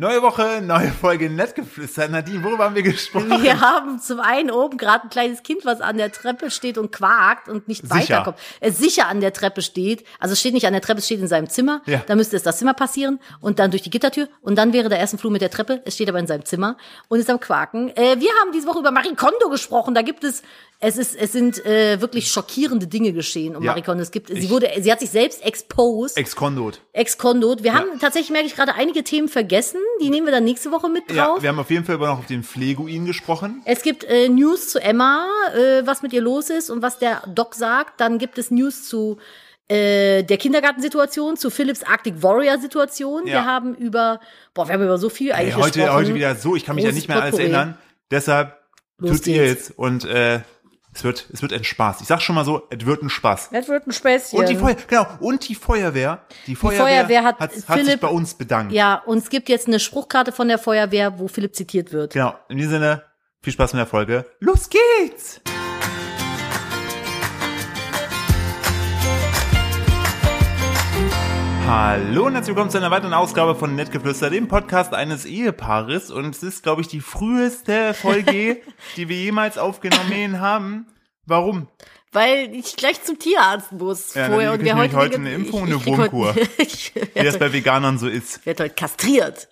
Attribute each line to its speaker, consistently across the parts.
Speaker 1: Neue Woche, neue Folge Nettgeflüster. Nadine, worüber haben wir gesprochen?
Speaker 2: Wir haben zum einen oben gerade ein kleines Kind, was an der Treppe steht und quakt und nicht
Speaker 1: Sicher.
Speaker 2: weiterkommt. Es sicher an der Treppe steht. Also es steht nicht an der Treppe, es steht in seinem Zimmer.
Speaker 1: Ja.
Speaker 2: Da müsste es das Zimmer passieren und dann durch die Gittertür und dann wäre der erste Flur mit der Treppe. Es steht aber in seinem Zimmer und ist am Quaken. Äh, wir haben diese Woche über Marie Kondo gesprochen. Da gibt es es ist es sind äh, wirklich schockierende Dinge geschehen um
Speaker 1: Ja.
Speaker 2: Marie Kondo. Es gibt
Speaker 1: Ich-
Speaker 2: sie wurde sie hat sich selbst exposed.
Speaker 1: Ex-Kondot.
Speaker 2: Ex-Kondot. Wir haben tatsächlich, merke ich, gerade einige Themen vergessen. Die nehmen wir dann nächste Woche mit
Speaker 1: Ja,
Speaker 2: drauf.
Speaker 1: wir haben auf jeden Fall über noch auf den Pfleguin gesprochen.
Speaker 2: es gibt äh, News zu Emma, äh, was mit ihr los ist und was der Doc sagt. Dann gibt es News zu äh, der Kindergartensituation, zu Philips Arctic Warrior-Situation.
Speaker 1: Ja.
Speaker 2: Wir haben über, boah, wir haben über so viel
Speaker 1: Ey,
Speaker 2: eigentlich
Speaker 1: heute,
Speaker 2: gesprochen.
Speaker 1: heute wieder so, ich kann mich ja
Speaker 2: Großes
Speaker 1: nicht mehr alles
Speaker 2: Potpourri.
Speaker 1: erinnern. Deshalb
Speaker 2: Los
Speaker 1: tut ihr
Speaker 2: geht's.
Speaker 1: jetzt und äh, es, wird, es wird ein Spaß. Ich sag schon mal so, es wird ein Spaß.
Speaker 2: Das wird ein Späßchen.
Speaker 1: Und die Feuer, genau, und die Feuerwehr. Die Feuerwehr,
Speaker 2: Feuerwehr hat
Speaker 1: hat, sich
Speaker 2: Philipp-
Speaker 1: bei uns bedankt.
Speaker 2: ja, und es gibt jetzt eine Spruchkarte von der Feuerwehr, wo Philipp zitiert wird.
Speaker 1: Genau, in diesem Sinne, viel Spaß mit der Folge. Los geht's! Hallo und herzlich willkommen zu einer weiteren Ausgabe von Nettgeflüster, dem Podcast eines Ehepaares. Und es ist, glaube ich, die früheste Folge, die wir jemals aufgenommen haben. Warum?
Speaker 2: Weil ich gleich zum Tierarzt muss
Speaker 1: Ja,
Speaker 2: vorher
Speaker 1: dann
Speaker 2: und wir
Speaker 1: krieg ich nämlich
Speaker 2: heute,
Speaker 1: heute
Speaker 2: die-
Speaker 1: eine Impfung
Speaker 2: ich-
Speaker 1: und eine
Speaker 2: ich krieg heute-
Speaker 1: Wurmkur.
Speaker 2: ich
Speaker 1: Wie das
Speaker 2: werde heute,
Speaker 1: bei Veganern so ist.
Speaker 2: werd heute kastriert.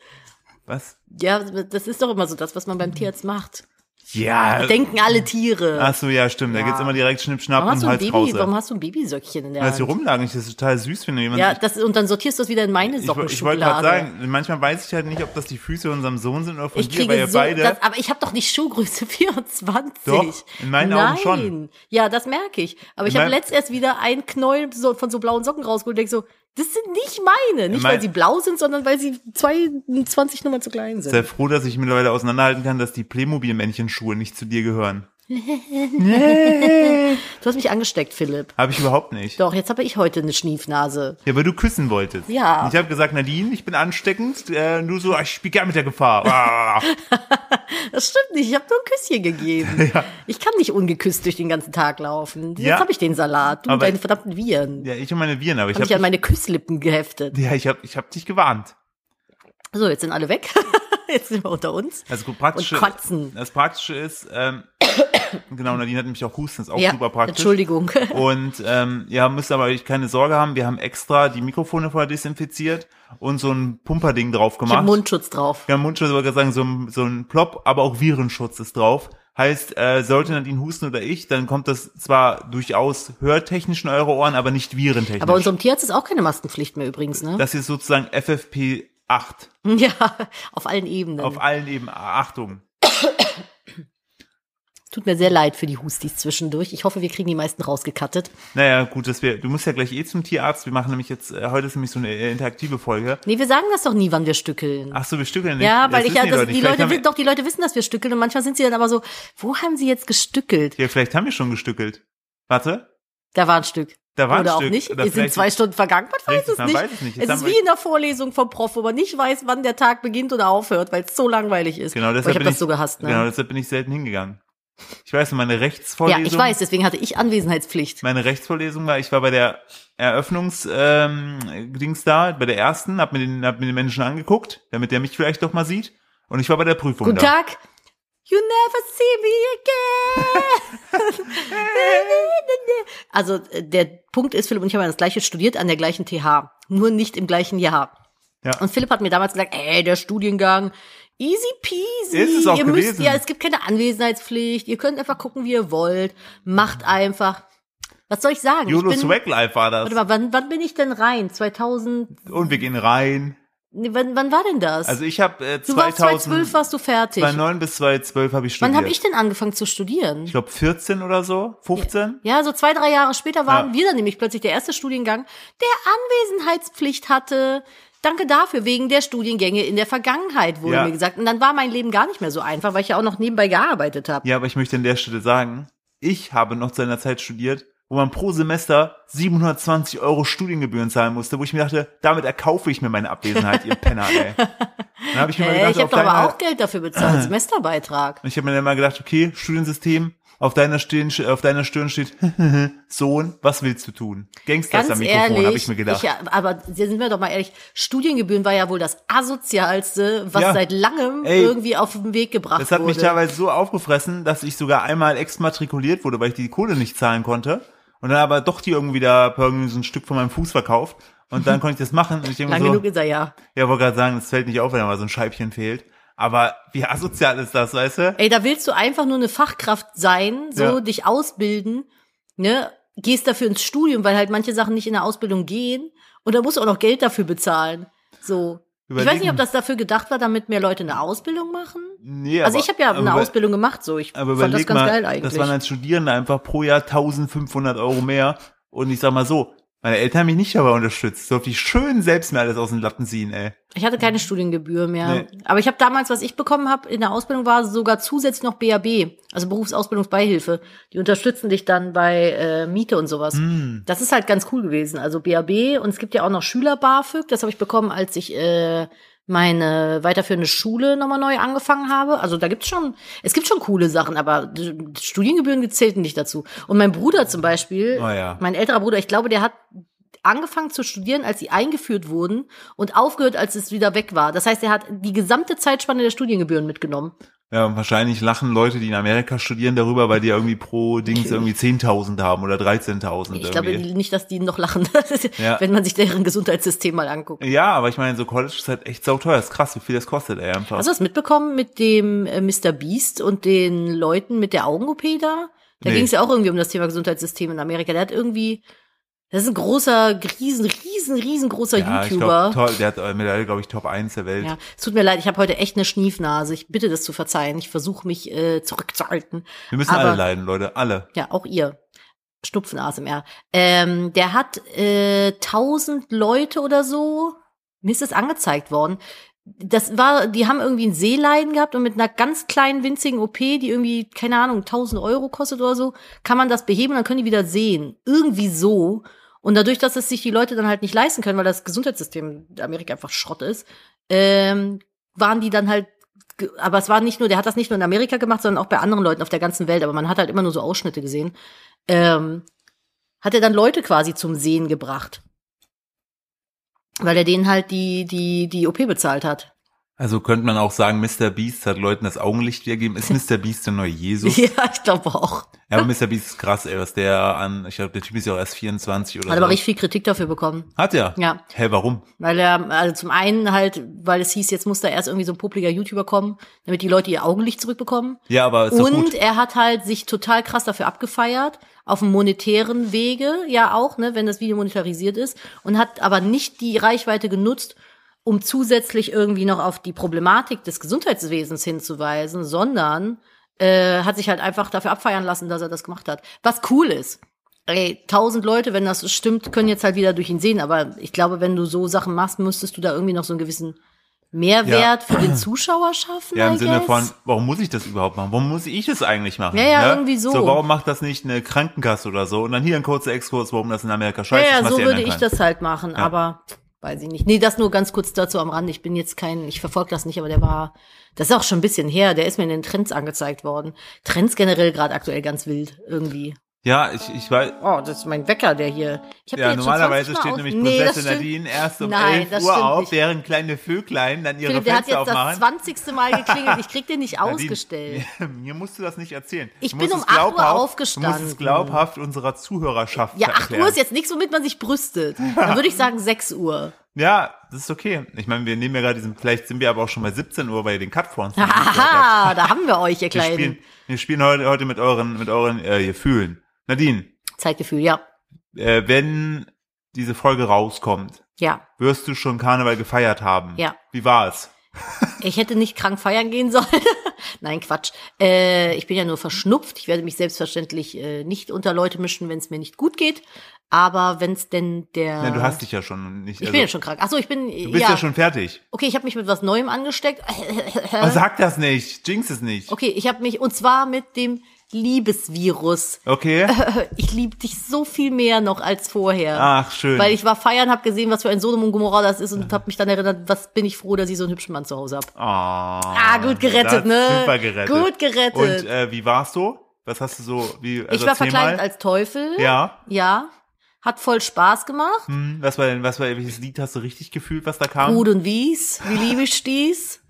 Speaker 1: Was?
Speaker 2: Ja, das ist doch immer so das, was man beim Tierarzt macht.
Speaker 1: Ja.
Speaker 2: Denken alle Tiere.
Speaker 1: Ach so, ja, stimmt. Da
Speaker 2: Ja.
Speaker 1: geht's immer direkt Schnipp, Schnapp
Speaker 2: Warum
Speaker 1: und
Speaker 2: hast, du ein
Speaker 1: Hals raus.
Speaker 2: Baby, warum hast du ein Babysöckchen in der
Speaker 1: Weil sie
Speaker 2: Hand?
Speaker 1: rumlagen, ich das total süß finde. Jemand,
Speaker 2: Ja, das, und dann sortierst du es wieder in meine
Speaker 1: Ich, wo-
Speaker 2: Sockenschublade.
Speaker 1: ich wollte gerade sagen, manchmal weiß ich halt nicht, ob das die Füße von unserem Sohn sind oder von
Speaker 2: Ich
Speaker 1: dir, weil
Speaker 2: kriege
Speaker 1: ihr
Speaker 2: so,
Speaker 1: beide.
Speaker 2: das, aber ich habe doch nicht Schuhgröße 24.
Speaker 1: Doch, in meinen Augen
Speaker 2: Nein.
Speaker 1: schon.
Speaker 2: Ja, das merke ich. Aber ich
Speaker 1: In
Speaker 2: habe
Speaker 1: mein-
Speaker 2: letzt erst wieder einen Knäuel so, von so blauen Socken rausgeholt und denke so, das sind nicht meine. Nicht,
Speaker 1: mein-
Speaker 2: weil sie blau sind, sondern weil sie 22 Nummern zu klein sind.
Speaker 1: Sei froh, dass ich mittlerweile auseinanderhalten kann, dass die Playmobil-Männchenschuhe nicht zu dir gehören. nee.
Speaker 2: Du hast mich angesteckt, Philipp.
Speaker 1: Habe ich überhaupt nicht.
Speaker 2: Doch, jetzt habe ich heute eine Schniefnase.
Speaker 1: Ja, weil du küssen wolltest.
Speaker 2: Ja.
Speaker 1: Und ich habe gesagt, Nadine, ich bin ansteckend. Äh, und du so, ah, ich spiele gern mit der Gefahr. Ah.
Speaker 2: Das stimmt nicht, ich habe nur ein Küsschen gegeben. Ich kann nicht ungeküsst durch den ganzen Tag laufen. Jetzt
Speaker 1: Ja.
Speaker 2: habe ich den Salat, du und
Speaker 1: Aber-
Speaker 2: deine verdammten Viren.
Speaker 1: ja, ich und meine Viren, aber ich
Speaker 2: Hab ich an
Speaker 1: habe
Speaker 2: meine Küsslippen geheftet.
Speaker 1: ja, ich hab, ich hab dich gewarnt.
Speaker 2: So, jetzt sind alle weg. Jetzt sind wir unter uns.
Speaker 1: Also gut, praktische,
Speaker 2: Und kotzen.
Speaker 1: Das Praktische ist, ähm, genau, Nadine hat nämlich auch Husten, ist auch
Speaker 2: ja,
Speaker 1: super praktisch.
Speaker 2: Entschuldigung.
Speaker 1: Und ähm, ja, müsst aber euch keine Sorge haben. Wir haben extra die Mikrofone vorher desinfiziert und so ein Pumperding drauf
Speaker 2: Ich hab
Speaker 1: gemacht.
Speaker 2: Mundschutz drauf.
Speaker 1: ja, Mundschutz wollte ich gerade sagen, so ein, so ein Plop, aber auch Virenschutz ist drauf. Heißt, äh, sollte Nadine husten oder ich, dann kommt das zwar durchaus hörtechnisch in eure Ohren, aber nicht virentechnisch.
Speaker 2: Aber unserem Tierarzt ist auch keine Maskenpflicht mehr übrigens, ne?
Speaker 1: das ist sozusagen FFP8
Speaker 2: Hm. Ja, auf allen Ebenen.
Speaker 1: auf allen Ebenen. Achtung.
Speaker 2: Tut mir sehr leid für die Hustis zwischendurch. Ich hoffe, wir kriegen die meisten rausgekattet.
Speaker 1: Naja, gut, dass wir. Du musst ja gleich eh zum Tierarzt. Wir machen nämlich jetzt, äh, heute ist nämlich so eine äh, interaktive Folge.
Speaker 2: Nee, wir sagen das doch nie, wann wir stückeln.
Speaker 1: Ach so, wir stückeln nicht.
Speaker 2: Ja, weil ich ja,
Speaker 1: wissen
Speaker 2: das,
Speaker 1: Leute
Speaker 2: die
Speaker 1: nicht. Vielleicht
Speaker 2: Leute,
Speaker 1: haben wir-
Speaker 2: wi- doch, die Leute wissen, dass wir stückeln und manchmal sind sie dann aber so, wo haben sie jetzt gestückelt?
Speaker 1: Ja, vielleicht haben wir schon gestückelt. Warte.
Speaker 2: Da war ein Stück.
Speaker 1: Da war ein
Speaker 2: Oder
Speaker 1: Stück.
Speaker 2: auch nicht.
Speaker 1: Oder
Speaker 2: es sind
Speaker 1: vielleicht-
Speaker 2: zwei Stunden vergangen, man weiß
Speaker 1: Richtig,
Speaker 2: es
Speaker 1: man
Speaker 2: nicht.
Speaker 1: weiß es nicht. Jetzt
Speaker 2: Es
Speaker 1: haben
Speaker 2: ist
Speaker 1: wir-
Speaker 2: wie in der Vorlesung vom Prof, wo man nicht weiß, wann der Tag beginnt oder aufhört, weil es so langweilig ist.
Speaker 1: Genau,
Speaker 2: Boah,
Speaker 1: deshalb
Speaker 2: ich habe
Speaker 1: bin
Speaker 2: das so gehasst, ne?
Speaker 1: Genau, deshalb bin ich selten hingegangen. Ich weiß, meine
Speaker 2: ja,
Speaker 1: Rechtsvorlesung.
Speaker 2: ich weiß, deswegen hatte ich Anwesenheitspflicht.
Speaker 1: Meine Rechtsvorlesung war, ich war bei der Eröffnungs ähm, Dings da, bei der ersten, hab mir den, hab mir den Menschen angeguckt, damit der mich vielleicht doch mal sieht. Und ich war bei der Prüfung
Speaker 2: Guten
Speaker 1: da.
Speaker 2: Tag. You never see me again. also äh, der Punkt ist, Philipp und ich haben ja das gleiche studiert an der gleichen TH, nur nicht im gleichen Jahr.
Speaker 1: Ja.
Speaker 2: Und Philipp hat mir damals gesagt, ey, der Studiengang, easy peasy.
Speaker 1: Ist es auch
Speaker 2: ihr müsst
Speaker 1: gewesen.
Speaker 2: ja, es gibt keine Anwesenheitspflicht, ihr könnt einfach gucken, wie ihr wollt, macht einfach. Was soll ich sagen?
Speaker 1: YOLO
Speaker 2: ich bin,
Speaker 1: Swag Life war das.
Speaker 2: warte mal, wann, wann bin ich denn rein? 2000,
Speaker 1: Und wir gehen rein.
Speaker 2: nee, wann, wann war denn das?
Speaker 1: Also ich habe äh,
Speaker 2: du warst 2012,
Speaker 1: 2000,
Speaker 2: warst du fertig.
Speaker 1: 2009 bis 2012 habe ich studiert.
Speaker 2: Wann habe ich denn angefangen zu studieren?
Speaker 1: ich glaube 14 oder so, 15.
Speaker 2: Ja, so zwei, drei Jahre später waren
Speaker 1: Ja.
Speaker 2: wir dann nämlich plötzlich der erste Studiengang, der Anwesenheitspflicht hatte. Danke dafür, wegen der Studiengänge in der Vergangenheit, wurde
Speaker 1: Ja.
Speaker 2: mir gesagt. Und dann war mein Leben gar nicht mehr so einfach, weil ich ja auch noch nebenbei gearbeitet habe.
Speaker 1: Ja, aber ich möchte an der Stelle sagen, ich habe noch zu einer Zeit studiert, wo man pro Semester 720 Euro Studiengebühren zahlen musste, wo ich mir dachte, damit erkaufe ich mir meine Abwesenheit, ihr Penner, ey. Dann habe ich mir mal
Speaker 2: Hä,
Speaker 1: gedacht,
Speaker 2: Äh, ich habe
Speaker 1: auf
Speaker 2: doch aber
Speaker 1: deiner-
Speaker 2: auch Geld dafür bezahlt, Semesterbeitrag.
Speaker 1: Und ich habe mir dann mal gedacht, okay, Studiensystem, Auf deiner Stirn, auf deiner Stirn steht, Sohn, was willst du tun? Gangsters am
Speaker 2: Ganz
Speaker 1: Mikrofon,
Speaker 2: ehrlich,
Speaker 1: habe ich mir gedacht.
Speaker 2: ja, aber sind wir doch mal ehrlich, Studiengebühren war ja wohl das asozialste, was
Speaker 1: Ja.
Speaker 2: seit langem
Speaker 1: Ey.
Speaker 2: irgendwie auf den Weg gebracht
Speaker 1: Das hat
Speaker 2: wurde.
Speaker 1: mich teilweise so aufgefressen, dass ich sogar einmal exmatrikuliert wurde, weil ich die Kohle nicht zahlen konnte. Und dann aber doch die irgendwie da irgendwie so ein Stück von meinem Fuß verkauft. Und dann konnte ich das machen. Und ich denke
Speaker 2: Lang
Speaker 1: mir so,
Speaker 2: genug ist er ja.
Speaker 1: ja, wollte gerade sagen, das fällt nicht auf, wenn da mal so ein Scheibchen fehlt. Aber wie asozial ist das, weißt du?
Speaker 2: Ey, da willst du einfach nur eine Fachkraft sein, so
Speaker 1: Ja.
Speaker 2: dich ausbilden, ne? Gehst dafür ins Studium, weil halt manche Sachen nicht in der Ausbildung gehen und da musst du auch noch Geld dafür bezahlen. So. Ich weiß nicht,
Speaker 1: Überlegen.
Speaker 2: ob das dafür gedacht war, damit mehr Leute eine Ausbildung machen.
Speaker 1: Nee,
Speaker 2: also ich habe ja
Speaker 1: aber
Speaker 2: eine
Speaker 1: über-
Speaker 2: Ausbildung gemacht, so ich
Speaker 1: Aber
Speaker 2: fand das
Speaker 1: überleg
Speaker 2: ganz
Speaker 1: mal,
Speaker 2: geil eigentlich.
Speaker 1: das waren als Studierende einfach pro Jahr 1500 Euro mehr. Und ich sag mal so, meine Eltern haben mich nicht dabei unterstützt. Durfte ich schön selbst mir alles aus den Latten ziehen, ey.
Speaker 2: Ich hatte keine Studiengebühr mehr.
Speaker 1: Nee.
Speaker 2: Aber ich habe damals, was ich bekommen habe in der Ausbildung, war sogar zusätzlich noch BAB, also Berufsausbildungsbeihilfe. Die unterstützen dich dann bei äh, Miete und sowas. Das ist halt ganz cool gewesen. Also BAB und es gibt ja auch noch Schüler BAföG. Das habe ich bekommen, als ich äh, meine weiterführende Schule nochmal neu angefangen habe. Also da gibt's schon, es gibt schon coole Sachen, aber d- Studiengebühren zählten nicht dazu. Und mein Bruder zum Beispiel,
Speaker 1: Oh ja.
Speaker 2: mein älterer Bruder, ich glaube, der hat angefangen zu studieren, als sie eingeführt wurden und aufgehört, als es wieder weg war. Das heißt, er hat die gesamte Zeitspanne der Studiengebühren mitgenommen.
Speaker 1: Ja, und wahrscheinlich lachen Leute, die in Amerika studieren, darüber, weil die irgendwie pro Dings irgendwie 10.000 haben oder 13.000
Speaker 2: Ich glaube
Speaker 1: irgendwie.
Speaker 2: nicht, dass die noch lachen,
Speaker 1: Ja.
Speaker 2: wenn man sich deren Gesundheitssystem mal anguckt.
Speaker 1: Ja, aber ich meine, so College ist halt echt sauteuer. Ist krass, wie viel das kostet, ey, einfach.
Speaker 2: Hast du das mitbekommen mit dem äh, Mr. Beast und den Leuten mit der Augen-OP da? Da
Speaker 1: Nee.
Speaker 2: ging es ja auch irgendwie um das Thema Gesundheitssystem in Amerika. Der hat irgendwie, das ist ein großer, riesen, riesen, riesengroßer
Speaker 1: ja, ich
Speaker 2: YouTuber.
Speaker 1: glaub, toll, der hat äh, Medaille, glaube ich, Top 1 der Welt.
Speaker 2: Ja, es tut mir leid, ich habe heute echt eine Schniefnase. Ich bitte das zu verzeihen. Ich versuche mich äh, zurückzuhalten.
Speaker 1: Wir müssen
Speaker 2: Aber-
Speaker 1: alle leiden, Leute, alle.
Speaker 2: Ja, auch ihr. Schnupfen ASMR. Ähm, der hat äh, 1000 Leute oder so. Mir ist das angezeigt worden. Das war, die haben irgendwie ein Seeleiden gehabt und mit einer ganz kleinen winzigen OP, die irgendwie, keine Ahnung, 1000 Euro kostet oder so, kann man das beheben und dann können die wieder sehen. Irgendwie so. Und dadurch, dass es sich die Leute dann halt nicht leisten können, weil das Gesundheitssystem in Amerika einfach Schrott ist, ähm, waren die dann halt, ge- aber es war nicht nur, der hat das nicht nur in Amerika gemacht, sondern auch bei anderen Leuten auf der ganzen Welt, aber man hat halt immer nur so Ausschnitte gesehen. Ähm, hat er dann Leute quasi zum Sehen gebracht. Weil er denen halt die, die, die OP bezahlt hat.
Speaker 1: Also könnte man auch sagen, Mr. Beast hat Leuten das Augenlicht wiedergegeben. Ist Mr. Beast der neue Jesus?
Speaker 2: Ja, ich glaube auch.
Speaker 1: Ja, aber Mr. Beast ist krass, ey, was der an, ich glaube, der Typ ist ja auch erst 24 oder
Speaker 2: Hat
Speaker 1: so.
Speaker 2: aber richtig viel Kritik dafür bekommen.
Speaker 1: Hat er?
Speaker 2: Ja.
Speaker 1: Hä, warum?
Speaker 2: Weil er, also zum einen halt, weil es hieß, jetzt muss da erst irgendwie so ein publiker YouTuber kommen, damit die Leute ihr Augenlicht zurückbekommen.
Speaker 1: Ja, aber ist doch
Speaker 2: Und
Speaker 1: gut.
Speaker 2: er hat halt sich total krass dafür abgefeiert, auf dem monetären Wege, ja auch, ne, wenn das Video monetarisiert ist, und hat aber nicht die Reichweite genutzt, um zusätzlich irgendwie noch auf die Problematik des Gesundheitswesens hinzuweisen, sondern äh, hat sich halt einfach dafür abfeiern lassen, dass er das gemacht hat. Was cool ist. Ey, tausend Leute, wenn das stimmt, können jetzt halt wieder durch ihn sehen, aber ich glaube, wenn du so Sachen machst, müsstest du da irgendwie noch so einen gewissen Mehrwert für den Zuschauer schaffen.
Speaker 1: Ja, im
Speaker 2: I
Speaker 1: Sinne
Speaker 2: guess?
Speaker 1: von, warum muss ich das überhaupt machen? Warum muss ich das eigentlich machen? Ne?
Speaker 2: Ja, ja, irgendwie so.
Speaker 1: So, warum macht das nicht eine Krankenkasse oder so? Und dann hier ein kurzer Exkurs, warum das in Amerika scheiße ist,
Speaker 2: ja, ja,
Speaker 1: was
Speaker 2: so
Speaker 1: die
Speaker 2: würde
Speaker 1: ändern
Speaker 2: ich
Speaker 1: kann.
Speaker 2: das halt machen, aber weiß ich nicht. Nee, das nur ganz kurz dazu am Rand. Ich bin jetzt kein, ich verfolge das nicht, aber der war, das ist auch schon ein bisschen her, der ist mir in den Trends angezeigt worden. Trends generell gerade aktuell ganz wild irgendwie.
Speaker 1: Ja, ich, ich weiß,
Speaker 2: Oh, das ist mein Wecker, der hier. Ich hab den
Speaker 1: ja,
Speaker 2: jetzt schon
Speaker 1: normalerweise
Speaker 2: 20 Mal
Speaker 1: steht
Speaker 2: aus-
Speaker 1: nämlich
Speaker 2: Nee, das
Speaker 1: Prinzessin
Speaker 2: stimmt.
Speaker 1: Nadine erst um
Speaker 2: Nein,
Speaker 1: 11
Speaker 2: das
Speaker 1: Uhr
Speaker 2: stimmt
Speaker 1: auf,
Speaker 2: nicht.
Speaker 1: während kleine Vöglein dann ihre
Speaker 2: Philipp, der hat
Speaker 1: Fenster
Speaker 2: jetzt das
Speaker 1: aufmachen.
Speaker 2: 20. Mal geklingelt. Ich krieg den nicht
Speaker 1: Nadine,
Speaker 2: ausgestellt.
Speaker 1: Mir, mir musst du das nicht erzählen.
Speaker 2: Ich
Speaker 1: Du
Speaker 2: bin
Speaker 1: musst
Speaker 2: um
Speaker 1: es
Speaker 2: 8 Uhr
Speaker 1: glaubhaft- Du musst
Speaker 2: aufgestanden.
Speaker 1: es glaubhaft unserer Zuhörerschaft
Speaker 2: Ja, 8
Speaker 1: erklären.
Speaker 2: Uhr ist jetzt nichts, womit man sich brüstet. Dann würde ich sagen 6 Uhr.
Speaker 1: Ja, das ist okay. Ich meine, wir nehmen ja gerade diesen, vielleicht sind wir aber auch schon bei 17 Uhr, weil ihr den Cut vor uns nicht gehört habt.
Speaker 2: Aha, da haben wir euch, ihr
Speaker 1: Wir
Speaker 2: Kleinen.
Speaker 1: spielen, wir spielen heute, heute mit euren, mit euren äh, Gefühlen. Nadine,
Speaker 2: Zeitgefühl, ja.
Speaker 1: äh, wenn diese Folge rauskommt,
Speaker 2: Ja.
Speaker 1: wirst du schon Karneval gefeiert haben.
Speaker 2: Ja.
Speaker 1: Wie war's?
Speaker 2: Ich hätte nicht krank feiern gehen sollen. Nein, Quatsch. Äh, ich bin ja nur verschnupft. Ich werde mich selbstverständlich äh, nicht unter Leute mischen, wenn es mir nicht gut geht. Aber wenn es denn der.
Speaker 1: Na, du hast dich ja schon nicht.
Speaker 2: Äh, ich
Speaker 1: also,
Speaker 2: bin ja schon krank. Ach so, ich bin.
Speaker 1: Du bist ja, schon fertig.
Speaker 2: Okay, ich habe mich mit was Neuem angesteckt. Äh?
Speaker 1: Aber sag das nicht. Jinx es nicht.
Speaker 2: Okay, ich habe mich. Und zwar mit dem Liebesvirus.
Speaker 1: Okay.
Speaker 2: Ich liebe dich so viel mehr noch als vorher.
Speaker 1: Ach, Ah, schön.
Speaker 2: Weil ich war feiern, habe gesehen, was für ein Sodom und Gomorra das ist und habe mich dann erinnert, was bin ich froh, dass ich so einen hübschen Mann zu Hause habe.
Speaker 1: Ah,
Speaker 2: Ah, gut gerettet,
Speaker 1: das ist
Speaker 2: ne?
Speaker 1: Super gerettet.
Speaker 2: Gut gerettet.
Speaker 1: Und äh, wie war's so? Was hast du so, wie, also
Speaker 2: ich war
Speaker 1: erzähl
Speaker 2: verkleidet
Speaker 1: mal.
Speaker 2: als Teufel.
Speaker 1: Ja.
Speaker 2: Ja. Hat voll Spaß gemacht.
Speaker 1: Hm, was war denn, was war, welches Lied hast du richtig gefühlt, was da kam?
Speaker 2: Rud und Wies. Wie liebe ich dies?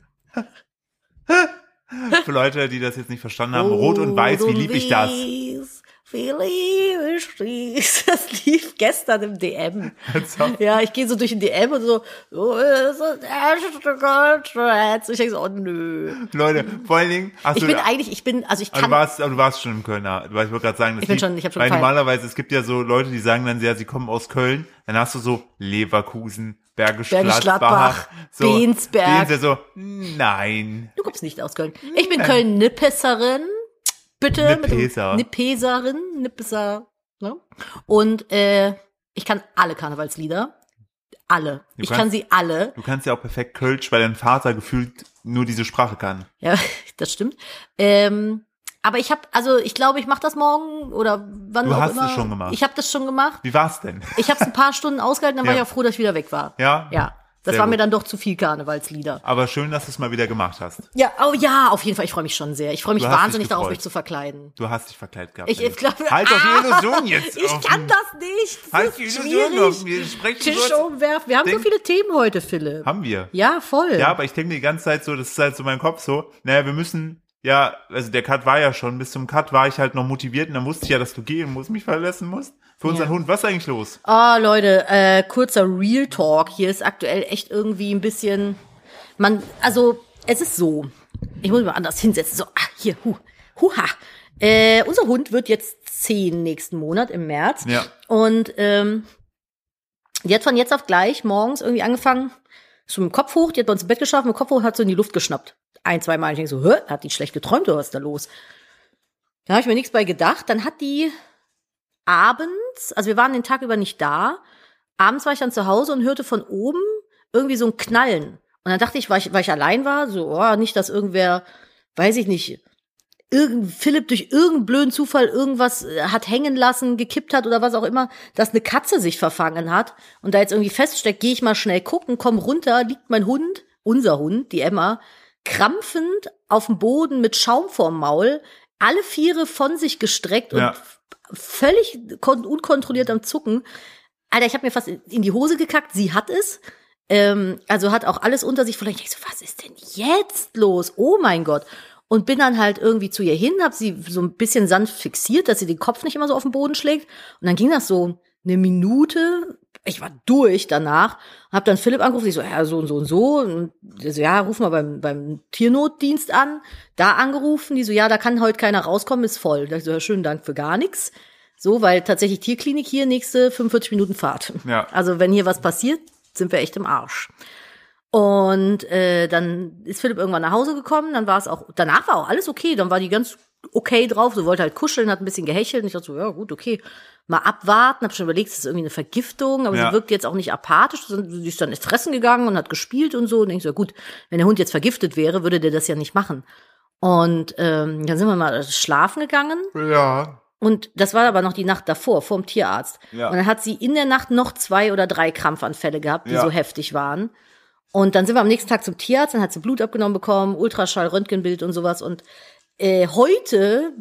Speaker 1: Für Leute, die das jetzt nicht verstanden
Speaker 2: Oh,
Speaker 1: haben, Hm, Rot und Weiß, wie
Speaker 2: Rot und
Speaker 1: lieb ich das?
Speaker 2: Wies, Wie liebe ich dies? Das lief gestern im DM.
Speaker 1: Ernsthaft?
Speaker 2: Ja, ich gehe so durch den DM und so, so ist das erste Goldschatz. Und ich denke so, oh nö.
Speaker 1: Leute, vor allen Dingen, hast
Speaker 2: Ich
Speaker 1: du,
Speaker 2: bin
Speaker 1: aber
Speaker 2: eigentlich, ich bin, also ich
Speaker 1: du
Speaker 2: kann,
Speaker 1: warst, aber du warst schon im Kölner. Du weißt, ich wollte gerade sagen, das
Speaker 2: Ich bin
Speaker 1: Lied-
Speaker 2: schon- ich hab schon
Speaker 1: weil
Speaker 2: gefeiert.
Speaker 1: normalerweise, es gibt ja so Leute, die sagen dann, ja, sie kommen aus Köln, dann hast du so Leverkusen, Bergisch,
Speaker 2: Bergisch
Speaker 1: Gladbach,
Speaker 2: Gladbach,
Speaker 1: so,
Speaker 2: Bensberg.
Speaker 1: Bens ja so, nein.
Speaker 2: du kommst nicht aus Köln. Ich bin Köln-Nippeserin. Bitte. mit dem-
Speaker 1: Nippeser.
Speaker 2: Nippeserin, Nippeser. Ne? Und äh, ich kann alle Karnevalslieder. Alle.
Speaker 1: Du
Speaker 2: ich
Speaker 1: kannst-
Speaker 2: kann sie alle.
Speaker 1: Du kannst ja auch perfekt Kölsch, weil dein Vater gefühlt nur diese Sprache kann.
Speaker 2: Ja, das stimmt. Ähm, aber ich habe, also ich glaube, ich mache das morgen oder wann
Speaker 1: Du
Speaker 2: auch
Speaker 1: hast
Speaker 2: immer.
Speaker 1: es schon gemacht.
Speaker 2: Ich habe das schon gemacht.
Speaker 1: Wie war's denn?
Speaker 2: Ich habe es ein paar Stunden ausgehalten, dann war
Speaker 1: Ja.
Speaker 2: ich auch froh, dass ich wieder weg war.
Speaker 1: Ja?
Speaker 2: Ja, das
Speaker 1: Sehr
Speaker 2: war
Speaker 1: gut.
Speaker 2: mir dann doch zu viel Karnevalslieder.
Speaker 1: Aber schön, dass du es mal wieder gemacht hast.
Speaker 2: Ja, oh ja, auf jeden Fall. Ich freue mich schon sehr. Ich freue mich
Speaker 1: Du hast dich
Speaker 2: wahnsinnig darauf,
Speaker 1: gefreut.
Speaker 2: mich zu verkleiden.
Speaker 1: Du hast dich verkleidet gehabt.
Speaker 2: Ich, ich glaube, Ah,
Speaker 1: halt doch die Illusion jetzt.
Speaker 2: Ich
Speaker 1: auf.
Speaker 2: kann das nicht. Das
Speaker 1: Halt
Speaker 2: ist
Speaker 1: die Illusion auf.
Speaker 2: schwierig.
Speaker 1: Wir sprechen
Speaker 2: Tisch um.
Speaker 1: kurz.
Speaker 2: umwerfen. Wir haben so
Speaker 1: Ding.
Speaker 2: viele Themen heute, Philipp.
Speaker 1: Haben wir.
Speaker 2: Ja, voll.
Speaker 1: Ja, aber ich denke die ganze Zeit so, das ist halt so mein Kopf so, naja, wir müssen, ja, also der Cut war ja schon, bis zum Cut war ich halt noch motiviert und dann wusste ich ja, dass du gehen musst, mich verlassen musst. Für unseren Hund, was ist eigentlich los?
Speaker 2: Ah, Leute, äh, kurzer Real Talk. Hier ist aktuell echt irgendwie ein bisschen. Man, also, es ist so. Ich muss mich mal anders hinsetzen. So, ah, hier, hu, huha. Äh, unser Hund wird jetzt zehn nächsten Monat im März.
Speaker 1: Ja.
Speaker 2: Und ähm, die hat von jetzt auf gleich morgens irgendwie angefangen, so mit dem Kopf hoch, die hat bei uns im Bett geschlafen, mit dem Kopf hoch, hat so in die Luft geschnappt. Ein, zwei Mal. Ich denke so, hä, hat die schlecht geträumt oder was ist da los? Da habe ich mir nichts bei gedacht. Dann hat die abends, also wir waren den Tag über nicht da, abends war ich dann zu Hause und hörte von oben irgendwie so ein Knallen. Und dann dachte ich, weil ich, weil ich allein war, so, oh, nicht, dass irgendwer, weiß ich nicht, irgend, Philipp durch irgendeinen blöden Zufall irgendwas äh, hat hängen lassen, gekippt hat oder was auch immer, dass eine Katze sich verfangen hat und da jetzt irgendwie feststeckt, gehe ich mal schnell gucken, komm runter, liegt mein Hund, unser Hund, die Emma, krampfend auf dem Boden mit Schaum vorm Maul, alle Viere von sich gestreckt
Speaker 1: Ja.
Speaker 2: und f- völlig kon- unkontrolliert am Zucken. Alter, ich habe mir fast in in die Hose gekackt, sie hat es. Ähm, also hat auch alles unter sich verloren. Ich denk so, was ist denn jetzt los? Oh mein Gott. Und bin dann halt irgendwie zu ihr hin, hab sie so ein bisschen sanft fixiert, dass sie den Kopf nicht immer so auf den Boden schlägt. Und dann ging das so eine Minute. Ich war durch danach. Hab dann Philipp angerufen. Ich so, ja, so und so und so. Und der so, ja, ruf mal beim, beim Tiernotdienst an. Da angerufen. Die so, ja, da kann heute keiner rauskommen, ist voll. Da ich so, ja, schönen Dank für gar nichts. So, weil tatsächlich Tierklinik hier nächste 45 Minuten Fahrt.
Speaker 1: Ja.
Speaker 2: Also wenn hier was passiert, sind wir echt im Arsch. Und äh, dann ist Philipp irgendwann nach Hause gekommen, dann war es auch, danach war auch alles okay, dann war die ganz okay drauf, so wollte halt kuscheln, hat ein bisschen gehechelt und ich dachte so, ja gut, okay, mal abwarten, hab schon überlegt, ist das irgendwie eine Vergiftung, aber
Speaker 1: Ja.
Speaker 2: sie wirkt jetzt auch nicht apathisch, sondern sie ist dann fressen gegangen und hat gespielt und so und ich so, ja gut, wenn der Hund jetzt vergiftet wäre, würde der das ja nicht machen. Und ähm, dann sind wir mal schlafen gegangen
Speaker 1: Ja.
Speaker 2: und das war aber noch die Nacht davor, vorm Tierarzt.
Speaker 1: Ja.
Speaker 2: Und dann hat sie in der Nacht noch zwei oder drei Krampfanfälle gehabt, die
Speaker 1: Ja.
Speaker 2: so heftig waren. Und dann sind wir am nächsten Tag zum Tierarzt, dann hat sie Blut abgenommen bekommen, Ultraschall, Röntgenbild und sowas. Und äh, heute,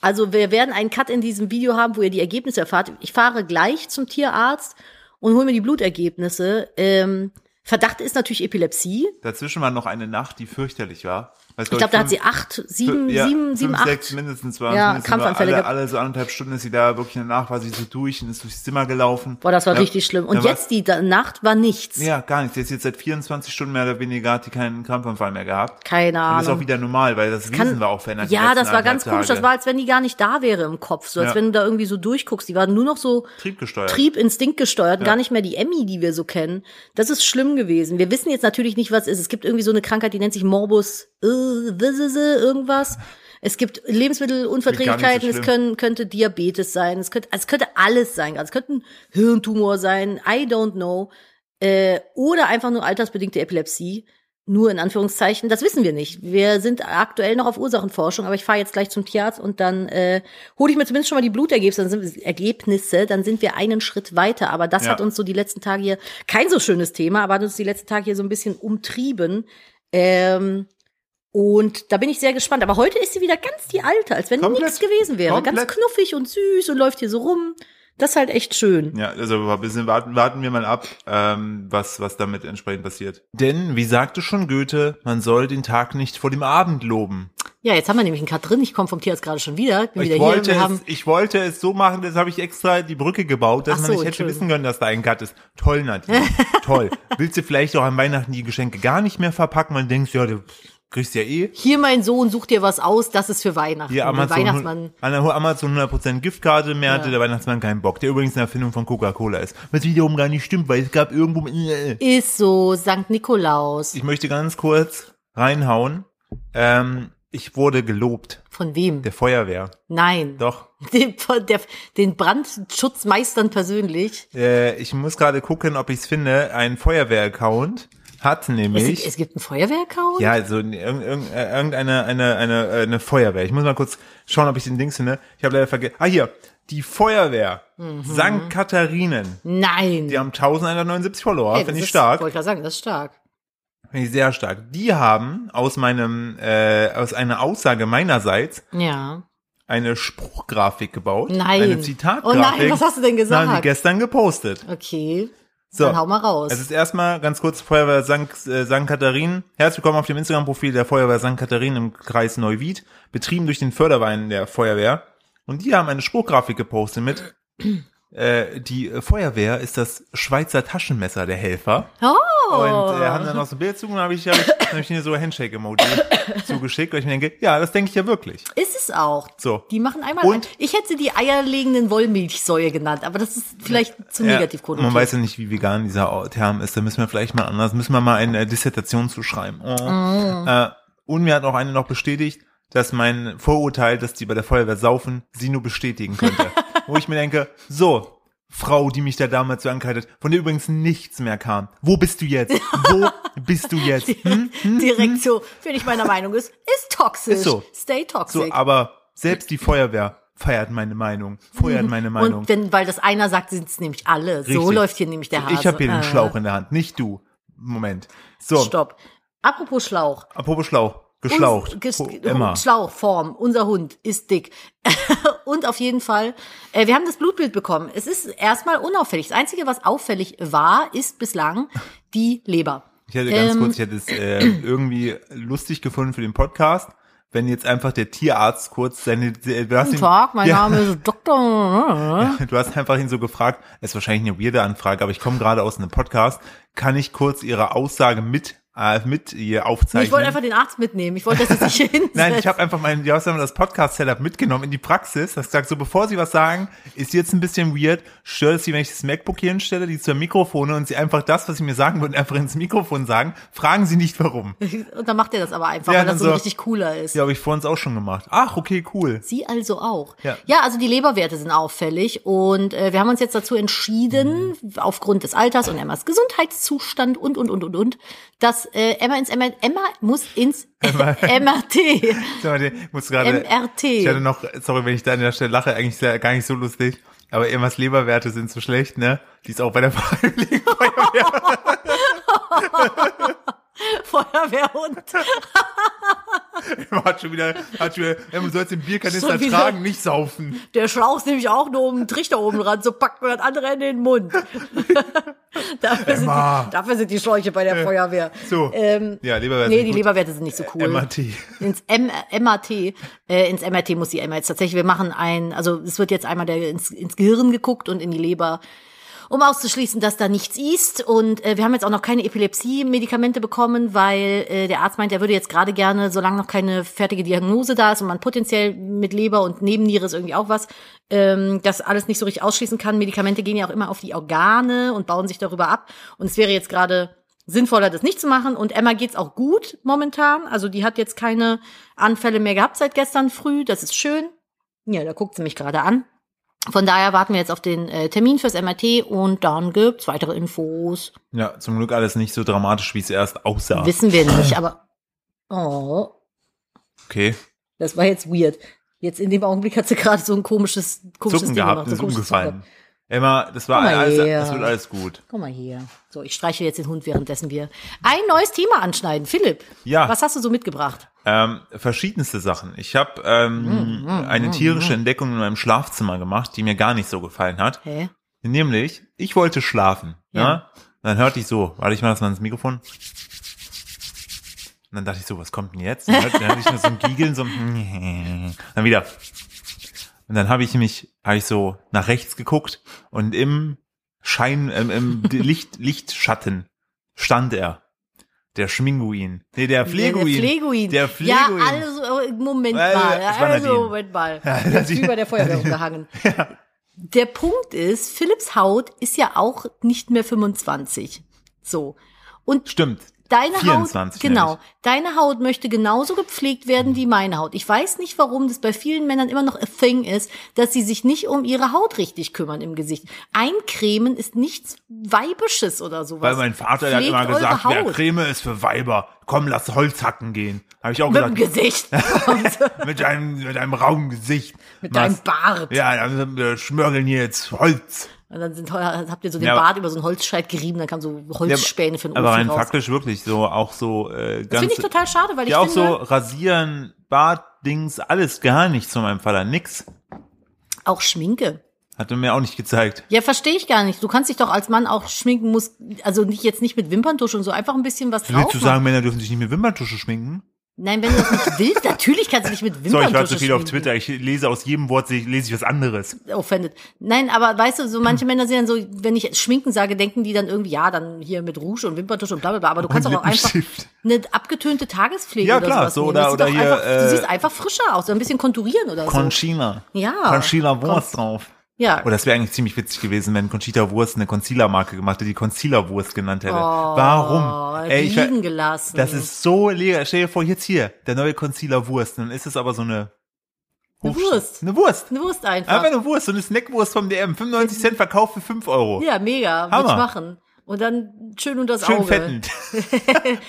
Speaker 2: also wir werden einen Cut in diesem Video haben, wo ihr die Ergebnisse erfahrt. Ich fahre gleich zum Tierarzt und hole mir die Blutergebnisse. Ähm, Verdacht ist natürlich Epilepsie.
Speaker 1: Dazwischen war noch eine Nacht, die fürchterlich war. Weil es,
Speaker 2: Ich
Speaker 1: glaub
Speaker 2: glaube, da hat sie
Speaker 1: fünf-
Speaker 2: acht, sieben,
Speaker 1: ja,
Speaker 2: sieben, sieben,
Speaker 1: fünf,
Speaker 2: acht.
Speaker 1: sechs mindestens waren
Speaker 2: Ja,
Speaker 1: mindestens war
Speaker 2: Krampfanfälle
Speaker 1: alle,
Speaker 2: gehabt.
Speaker 1: alle so anderthalb Stunden ist sie da wirklich danach war sie so durch und ist durchs Zimmer gelaufen.
Speaker 2: Boah, das war
Speaker 1: Ja,
Speaker 2: richtig schlimm. Und
Speaker 1: da war-
Speaker 2: jetzt die Da- Nacht war nichts.
Speaker 1: Ja, gar nichts. Sie ist jetzt seit 24 Stunden mehr oder weniger hat die keinen Krampfanfall mehr gehabt.
Speaker 2: Keine
Speaker 1: Und ist auch
Speaker 2: Ahnung.
Speaker 1: wieder normal, weil das Wesen war auch verändert. die
Speaker 2: Ja,
Speaker 1: letzten
Speaker 2: das war ganz
Speaker 1: anderthalb
Speaker 2: komisch. Das
Speaker 1: Tage.
Speaker 2: war, als wenn die gar nicht da wäre im Kopf. So, als
Speaker 1: Ja.
Speaker 2: wenn du da irgendwie so durchguckst. Die war nur noch so
Speaker 1: triebgesteuert.
Speaker 2: Trieb, Instinkt gesteuert, und gar nicht mehr die Emmy, die wir so kennen. Das ist schlimm gewesen. Wir wissen jetzt natürlich nicht, was ist. Es gibt irgendwie so eine Krankheit, die nennt sich Morbus äh, Wissese, irgendwas. Es gibt Lebensmittelunverträglichkeiten,
Speaker 1: Klingt gar nicht so
Speaker 2: es
Speaker 1: schlimm.
Speaker 2: können, könnte Diabetes sein, es könnte, also es könnte alles sein, es könnte ein Hirntumor sein, I don't know, äh, oder einfach nur altersbedingte Epilepsie, nur in Anführungszeichen, das wissen wir nicht. Wir sind aktuell noch auf Ursachenforschung, aber ich fahre jetzt gleich zum Tierarzt und dann äh, hole ich mir zumindest schon mal die Blutergebnisse, dann sind, Ergebnisse, dann sind wir einen Schritt weiter, aber das
Speaker 1: Ja.
Speaker 2: hat uns so die letzten Tage hier, kein so schönes Thema, aber hat uns die letzten Tage hier so ein bisschen umtrieben, ähm, Und da bin ich sehr gespannt. Aber heute ist sie wieder ganz die alte, als wenn
Speaker 1: Komplett.
Speaker 2: nichts gewesen wäre.
Speaker 1: Komplett.
Speaker 2: Ganz knuffig und süß und läuft hier so rum. Das ist halt echt schön.
Speaker 1: Ja, also ein bisschen warten, warten wir mal ab, ähm, was, was damit entsprechend passiert. Denn, wie sagte schon Goethe, man soll den Tag nicht vor dem Abend loben.
Speaker 2: Ja, jetzt haben wir nämlich einen Cut drin. Ich komme vom Tierarzt gerade schon wieder. Bin wieder
Speaker 1: Ich wollte,
Speaker 2: hier. Wir
Speaker 1: es,
Speaker 2: haben,
Speaker 1: ich wollte es so machen, das habe ich extra die Brücke gebaut, dass
Speaker 2: Ach
Speaker 1: man
Speaker 2: so,
Speaker 1: nicht hätte
Speaker 2: Entschuldigung.
Speaker 1: wissen können, dass da ein Cut ist. Toll, Nadine. Toll. Willst du vielleicht auch an Weihnachten die Geschenke gar nicht mehr verpacken, weil du denkst, ja, du kriegst ja eh.
Speaker 2: hier, mein Sohn, such dir was aus. Das ist für Weihnachten.
Speaker 1: Hier
Speaker 2: Der
Speaker 1: Amazon,
Speaker 2: Weihnachtsmann.
Speaker 1: an der Amazon 100% Giftkarte, mehr hatte
Speaker 2: Ja.
Speaker 1: der Weihnachtsmann keinen Bock, der übrigens eine Erfindung von Coca-Cola ist. Was wiederum gar nicht stimmt, weil es gab irgendwo...
Speaker 2: Ist so, Sankt Nikolaus.
Speaker 1: Ich möchte ganz kurz reinhauen. Ähm, ich wurde gelobt,
Speaker 2: Von wem?
Speaker 1: der Feuerwehr.
Speaker 2: Nein.
Speaker 1: Doch.
Speaker 2: Den, der, den Brandschutzmeistern persönlich.
Speaker 1: Äh, ich muss gerade gucken, ob ich es finde. Ein Feuerwehr-Account hat
Speaker 2: Es, gibt-
Speaker 1: nämlich.
Speaker 2: es gibt einen Feuerwehr-Account?
Speaker 1: ja, also irg- irg- äh, irgendeine eine, eine, äh, eine Feuerwehr. Ich muss mal kurz schauen, ob ich den Dings finde. Ich habe leider vergessen. Ah, hier. Die Feuerwehr.
Speaker 2: Mhm.
Speaker 1: St. Katharinen.
Speaker 2: Nein.
Speaker 1: Die haben 1179 Follower.
Speaker 2: Ey, das
Speaker 1: Finde ich
Speaker 2: ist-
Speaker 1: stark.
Speaker 2: Wollte gerade sagen, das ist stark.
Speaker 1: Finde ich sehr stark. Die haben aus meinem, äh, aus einer Aussage meinerseits
Speaker 2: Ja.
Speaker 1: eine Spruchgrafik gebaut.
Speaker 2: Nein.
Speaker 1: Eine Zitatgrafik.
Speaker 2: Oh nein, was hast du denn gesagt?
Speaker 1: Das Haben die gestern gepostet.
Speaker 2: Okay.
Speaker 1: So.
Speaker 2: Dann hau mal raus.
Speaker 1: Es ist erstmal ganz kurz Feuerwehr Sankt, äh, Sankt Katharin. Herzlich willkommen auf dem Instagram-Profil der Feuerwehr Sankt Katharin im Kreis Neuwied, betrieben durch den Förderwein der Feuerwehr. Und die haben eine Spruchgrafik gepostet mit, äh, die äh, Feuerwehr ist das Schweizer Taschenmesser der Helfer.
Speaker 2: oh.
Speaker 1: Und äh, haben dann noch so ein Bild zu und habe ich, hab ich, hab ich mir so Handshake-Emoji zugeschickt, weil ich mir denke, ja, das denke ich ja wirklich.
Speaker 2: ist es auch.
Speaker 1: So.
Speaker 2: Die machen einmal.
Speaker 1: Und-
Speaker 2: ich hätte sie die eierlegenden Wollmilchsäue genannt, aber das ist vielleicht zu negativ
Speaker 1: ja, Man weiß ja nicht, wie vegan dieser Term ist. Da müssen wir vielleicht mal anders, müssen wir mal eine Dissertation zu schreiben. Oh.
Speaker 2: Mm.
Speaker 1: Äh, und mir hat auch eine noch bestätigt, dass mein Vorurteil, dass die bei der Feuerwehr saufen, sie nur bestätigen könnte. Wo ich mir denke, so, Frau, die mich da damals so angekreidet, hat, von der übrigens nichts mehr kam. Wo bist du jetzt? Wo bist du jetzt? Hm?
Speaker 2: Direkt so, wenn ich meiner Meinung ist, ist toxisch.
Speaker 1: Ist so.
Speaker 2: Stay toxic.
Speaker 1: So, aber selbst die Feuerwehr feiert meine Meinung, feuert meine Meinung.
Speaker 2: Und wenn, weil das einer sagt, sind es nämlich alle. So
Speaker 1: Richtig.
Speaker 2: läuft hier nämlich der Hase.
Speaker 1: Ich habe hier den
Speaker 2: Äh,
Speaker 1: Schlauch in der Hand, nicht du. Moment. So,
Speaker 2: Stopp. Apropos Schlauch.
Speaker 1: apropos Schlauch, geschlaucht.
Speaker 2: Uns- ges-
Speaker 1: Pro- Emma.
Speaker 2: Schlauchform. Unser Hund ist dick. und auf jeden Fall, äh, wir haben das Blutbild bekommen. Es ist erstmal unauffällig. Das Einzige, was auffällig war, ist bislang die Leber.
Speaker 1: Ich hätte ganz
Speaker 2: Ähm.
Speaker 1: kurz, ich hätte es äh, irgendwie lustig gefunden für den Podcast, wenn jetzt einfach der Tierarzt kurz seine. äh, Du hast,
Speaker 2: Guten
Speaker 1: ihn,
Speaker 2: Tag, mein
Speaker 1: ja,
Speaker 2: Name ist Dr.
Speaker 1: du hast einfach ihn so gefragt, ist wahrscheinlich eine weirde Anfrage, aber ich komme gerade aus einem Podcast. Kann ich kurz Ihre Aussage mit, äh, mit ihr aufzeichnen?
Speaker 2: Ich wollte einfach den Arzt mitnehmen. Ich wollte, dass er sich hinsetzt.
Speaker 1: Nein, ich habe einfach mein, ja, was haben wir, das Podcast-Setup mitgenommen in die Praxis. Das gesagt, so bevor sie was sagen, ist jetzt ein bisschen weird. Stört es sie, wenn ich das MacBook hier hinstelle, die zwei Mikrofone und sie einfach das, was sie mir sagen würden, einfach ins Mikrofon sagen. Fragen sie nicht, warum.
Speaker 2: Und dann macht er das aber einfach,
Speaker 1: Ja,
Speaker 2: weil das
Speaker 1: dann
Speaker 2: so,
Speaker 1: so.
Speaker 2: richtig cooler ist.
Speaker 1: Ja, habe ich vor uns auch schon gemacht. Ach, okay, cool.
Speaker 2: Sie also auch.
Speaker 1: Ja.
Speaker 2: ja, also die Leberwerte sind auffällig und äh, wir haben uns jetzt dazu entschieden, aufgrund des Alters und Emmas Gesundheitszustand und und und und und, dass äh, Emma ins MR, Emma muss ins MRT.
Speaker 1: Sag mal, Ich muss gerade.
Speaker 2: MRT.
Speaker 1: Ich hatte noch, sorry, wenn ich da an der Stelle lache, eigentlich ist ja gar nicht so lustig. Aber Emmas Leberwerte sind so schlecht, ne? Die ist auch bei der Freiwilligen Feuerwehr.
Speaker 2: Feuerwehrhund.
Speaker 1: Emma hat schon wieder, hat schon wieder, Emma, du sollst den Bierkanister
Speaker 2: Schon wieder.
Speaker 1: tragen, nicht saufen.
Speaker 2: Der Schlauch ist nämlich auch nur um den Trichter oben ran, so packt man das andere in den Mund. dafür, sind
Speaker 1: Emma.
Speaker 2: die, dafür sind die Schläuche bei der Feuerwehr.
Speaker 1: So.
Speaker 2: Ähm,
Speaker 1: ja, Leberwerte.
Speaker 2: Nee,
Speaker 1: sind
Speaker 2: die
Speaker 1: gut.
Speaker 2: Leberwerte sind nicht so cool.
Speaker 1: MRT.
Speaker 2: Ins M MRT, äh, ins MRT muss die Emma jetzt tatsächlich. Wir machen ein, also es wird jetzt einmal der, ins, ins Gehirn geguckt und in die Leber, um auszuschließen, dass da nichts ist. Und äh, wir haben jetzt auch noch keine Epilepsie-Medikamente bekommen, weil äh, der Arzt meint, er würde jetzt gerade gerne, solange noch keine fertige Diagnose da ist und man potenziell mit Leber und Nebenniere ist irgendwie auch was, ähm, das alles nicht so richtig ausschließen kann. Medikamente gehen ja auch immer auf die Organe und bauen sich darüber ab. Und es wäre jetzt gerade sinnvoller, das nicht zu machen. Und Emma geht's auch gut momentan. Also die hat jetzt keine Anfälle mehr gehabt seit gestern früh. Das ist schön. Ja, da guckt sie mich gerade an. Von daher warten wir jetzt auf den äh, Termin fürs MRT und dann gibt's weitere Infos.
Speaker 1: Ja, zum Glück alles nicht so dramatisch, wie es erst aussah.
Speaker 2: Wissen wir nicht, aber oh,
Speaker 1: Okay.
Speaker 2: das war jetzt weird. Jetzt in dem Augenblick hat sie gerade so ein komisches, komisches
Speaker 1: Zucken
Speaker 2: Ding
Speaker 1: gehabt,
Speaker 2: gemacht. so ein
Speaker 1: ist
Speaker 2: komisches Zucken
Speaker 1: umgefallen.
Speaker 2: gehabt.
Speaker 1: Emma, das war
Speaker 2: Guck mal
Speaker 1: alles,
Speaker 2: hier.
Speaker 1: das wird alles gut.
Speaker 2: Guck mal hier. So, ich streiche jetzt den Hund, währenddessen wir ein neues Thema anschneiden. Philipp,
Speaker 1: Ja.
Speaker 2: was hast du so mitgebracht?
Speaker 1: Ähm, verschiedenste Sachen. Ich habe
Speaker 2: Mm,
Speaker 1: ähm, eine tierische Entdeckung in meinem Schlafzimmer gemacht, die mir gar nicht so gefallen hat.
Speaker 2: Hä?
Speaker 1: Nämlich, ich wollte schlafen. Ja.
Speaker 2: Ja.
Speaker 1: Dann hörte ich so, warte ich mal das mal ins Mikrofon. Und dann dachte ich so, was kommt denn jetzt? Dann hörte, dann hörte ich nur so ein Giegeln, so ein dann wieder. Und dann habe ich mich, habe ich so nach rechts geguckt und im Schein, ähm, im Licht, Lichtschatten stand er. Der Schminguin. Nee, der Fleguin.
Speaker 2: Der Fleguin.
Speaker 1: Der Fleguin.
Speaker 2: Ja, also, äh, Moment
Speaker 1: Äh,
Speaker 2: mal.
Speaker 1: das war
Speaker 2: Also,
Speaker 1: Nadine.
Speaker 2: Moment mal.
Speaker 1: Nadine.
Speaker 2: Das ist über der Feuerwehr umgehangen. Der Punkt ist, Philipps Haut ist ja auch nicht mehr 25. So. Und
Speaker 1: Stimmt.
Speaker 2: Deine
Speaker 1: 24
Speaker 2: Haut, genau.
Speaker 1: nämlich.
Speaker 2: Deine Haut möchte genauso gepflegt
Speaker 1: Mhm.
Speaker 2: werden wie meine Haut. Ich weiß nicht, warum das bei vielen Männern immer noch a thing ist, dass sie sich nicht um ihre Haut richtig kümmern im Gesicht. Eincremen ist nichts Weibisches oder sowas.
Speaker 1: Weil mein Vater der hat
Speaker 2: Pflegt
Speaker 1: immer
Speaker 2: eure
Speaker 1: gesagt, wer
Speaker 2: Haut.
Speaker 1: Creme ist für Weiber. Komm, lass Holz hacken gehen. Habe ich auch
Speaker 2: Mit dem
Speaker 1: gesagt.
Speaker 2: Gesicht.
Speaker 1: mit deinem, mit deinem rauen Gesicht.
Speaker 2: mit
Speaker 1: Machst-
Speaker 2: deinem Bart.
Speaker 1: Ja, dann wir schmörgeln hier jetzt Holz.
Speaker 2: Und dann sind, teuer- habt ihr so den
Speaker 1: Ja, aber-
Speaker 2: Bart über so einen Holzscheit gerieben, dann kamen so Holzspäne für den
Speaker 1: Aber rein
Speaker 2: Ofen raus.
Speaker 1: faktisch wirklich so, auch so äh,
Speaker 2: Das
Speaker 1: ganz.
Speaker 2: finde ich total ne? schade, weil ich
Speaker 1: ja, auch so
Speaker 2: finde,
Speaker 1: rasieren, Bart, Dings, alles gar nichts von meinem Vater. Nix.
Speaker 2: auch Schminke.
Speaker 1: Hat er mir auch nicht gezeigt.
Speaker 2: Ja, verstehe ich gar nicht. Du kannst dich doch als Mann auch schminken, musst, also nicht jetzt nicht mit Wimperntusche und so, einfach ein bisschen was drauf
Speaker 1: Willst du
Speaker 2: machen.
Speaker 1: sagen, Männer dürfen sich nicht mit Wimperntusche schminken?
Speaker 2: Nein, wenn du das nicht willst, natürlich kannst du dich mit
Speaker 1: So,
Speaker 2: Wimperntusche
Speaker 1: ich war zu viel auf
Speaker 2: schminken.
Speaker 1: Twitter. Ich lese aus jedem Wort, se- lese ich was anderes.
Speaker 2: Offended. Nein, aber weißt du, so manche Männer sind dann so, wenn ich schminken sage, denken die dann irgendwie, ja, dann hier mit Rouge und Wimperntusche und bla bla bla. Aber du kannst doch auch einfach
Speaker 1: Lippenstift.
Speaker 2: eine abgetönte Tagespflege
Speaker 1: Ja,
Speaker 2: oder
Speaker 1: klar,
Speaker 2: sowas
Speaker 1: so,
Speaker 2: nehmen.
Speaker 1: oder- oder
Speaker 2: Das sieht doch
Speaker 1: hier,
Speaker 2: einfach,
Speaker 1: äh,
Speaker 2: Du siehst einfach frischer aus, so ein bisschen konturieren oder so.
Speaker 1: Conchina.
Speaker 2: Also, Ja.
Speaker 1: Conchina Wurst drauf.
Speaker 2: Ja.
Speaker 1: Oh, das wäre eigentlich ziemlich witzig gewesen, wenn Conchita Wurst eine Concealer-Marke gemacht hätte, die Concealer-Wurst genannt hätte. Warum? Ey, ich, ver-
Speaker 2: Oh, äh, liegen gelassen.
Speaker 1: das ist so leer. Stell dir vor, jetzt hier, der neue Concealer-Wurst. Dann ist es aber so eine...
Speaker 2: Eine
Speaker 1: Hofst-
Speaker 2: Wurst.
Speaker 1: Eine Wurst.
Speaker 2: eine Wurst
Speaker 1: Einfach
Speaker 2: einfach.
Speaker 1: eine Wurst, so eine Snackwurst vom DM. 95 Cent Verkauf für 5 Euro.
Speaker 2: Ja, mega. Würde
Speaker 1: Hammer.
Speaker 2: ich machen. Und dann schön unter das
Speaker 1: Schön
Speaker 2: Auge.
Speaker 1: fettend.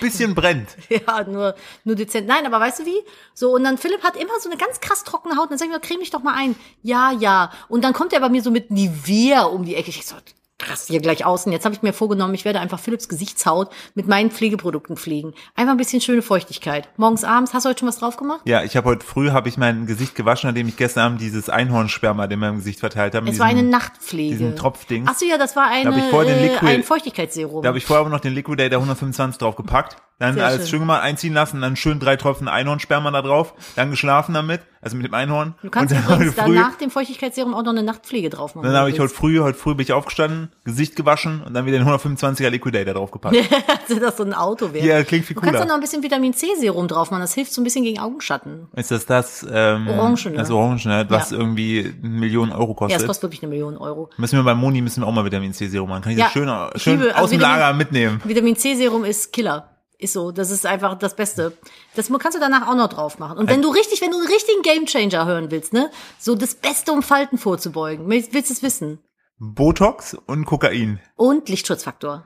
Speaker 1: Bisschen brennt.
Speaker 2: Ja, nur, nur dezent. Nein, aber weißt du wie? So, und dann Philipp hat immer so eine ganz krass trockene Haut. Und dann sag ich mir, creme ich doch mal ein. Ja, ja. Und dann kommt er bei mir so mit Nivea um die Ecke. Ich so, krass, hier gleich außen. Jetzt habe ich mir vorgenommen, ich werde einfach Philipps Gesichtshaut mit meinen Pflegeprodukten pflegen. Einfach ein bisschen schöne Feuchtigkeit. Morgens, abends, hast du heute schon was drauf gemacht?
Speaker 1: Ja, ich habe heute früh, habe ich mein Gesicht gewaschen, nachdem ich gestern Abend dieses Einhornsperma, den wir im Gesicht verteilt haben.
Speaker 2: Es war eine
Speaker 1: diesen-
Speaker 2: Nachtpflege.
Speaker 1: diesen Tropfding.
Speaker 2: Ach so, ja, das war eine,
Speaker 1: hab ich vorher den
Speaker 2: äh,
Speaker 1: Liquid-
Speaker 2: ein Feuchtigkeitsserum.
Speaker 1: Da habe ich vorher aber noch den Liquidator 125 draufgepackt, dann
Speaker 2: Sehr
Speaker 1: alles schön.
Speaker 2: schön.
Speaker 1: gemacht, einziehen lassen, dann schön drei Tropfen Einhornsperma da drauf, dann geschlafen damit, also mit dem Einhorn.
Speaker 2: du kannst
Speaker 1: und dann
Speaker 2: übrigens
Speaker 1: heute früh,
Speaker 2: danach dem Feuchtigkeitsserum auch noch eine Nachtpflege drauf machen.
Speaker 1: dann habe ich
Speaker 2: wenn du
Speaker 1: heute früh, heute früh bin ich aufgestanden, Gesicht gewaschen und dann wieder den 125er Liquidator draufgepackt.
Speaker 2: willst. Dass das so ein Auto wäre.
Speaker 1: Ja, klingt viel
Speaker 2: Du kannst
Speaker 1: cooler.
Speaker 2: dann noch ein bisschen Vitamin C Serum drauf machen. Das hilft so ein bisschen gegen Augenschatten.
Speaker 1: Ist das das ähm,
Speaker 2: Orangene.
Speaker 1: das Orangene, was
Speaker 2: ne? Ja.
Speaker 1: irgendwie eine Million Euro
Speaker 2: Ja,
Speaker 1: kostet?
Speaker 2: es kostet wirklich eine Million Euro.
Speaker 1: müssen wir bei Moni müssen wir auch mal Vitamin C Serum machen. Kann ich das
Speaker 2: Ja,
Speaker 1: schön, au-
Speaker 2: ich
Speaker 1: schön
Speaker 2: liebe- also
Speaker 1: aus dem
Speaker 2: Vitamin-
Speaker 1: Lager mitnehmen?
Speaker 2: Vitamin C Serum ist Killer. Ist so, das ist einfach das Beste. Das mu- kannst du danach auch noch drauf machen. Und wenn du richtig, wenn du einen richtigen Gamechanger hören willst, ne, so das Beste, um Falten vorzubeugen, willst willst du es wissen?
Speaker 1: Botox und Kokain.
Speaker 2: Und Lichtschutzfaktor.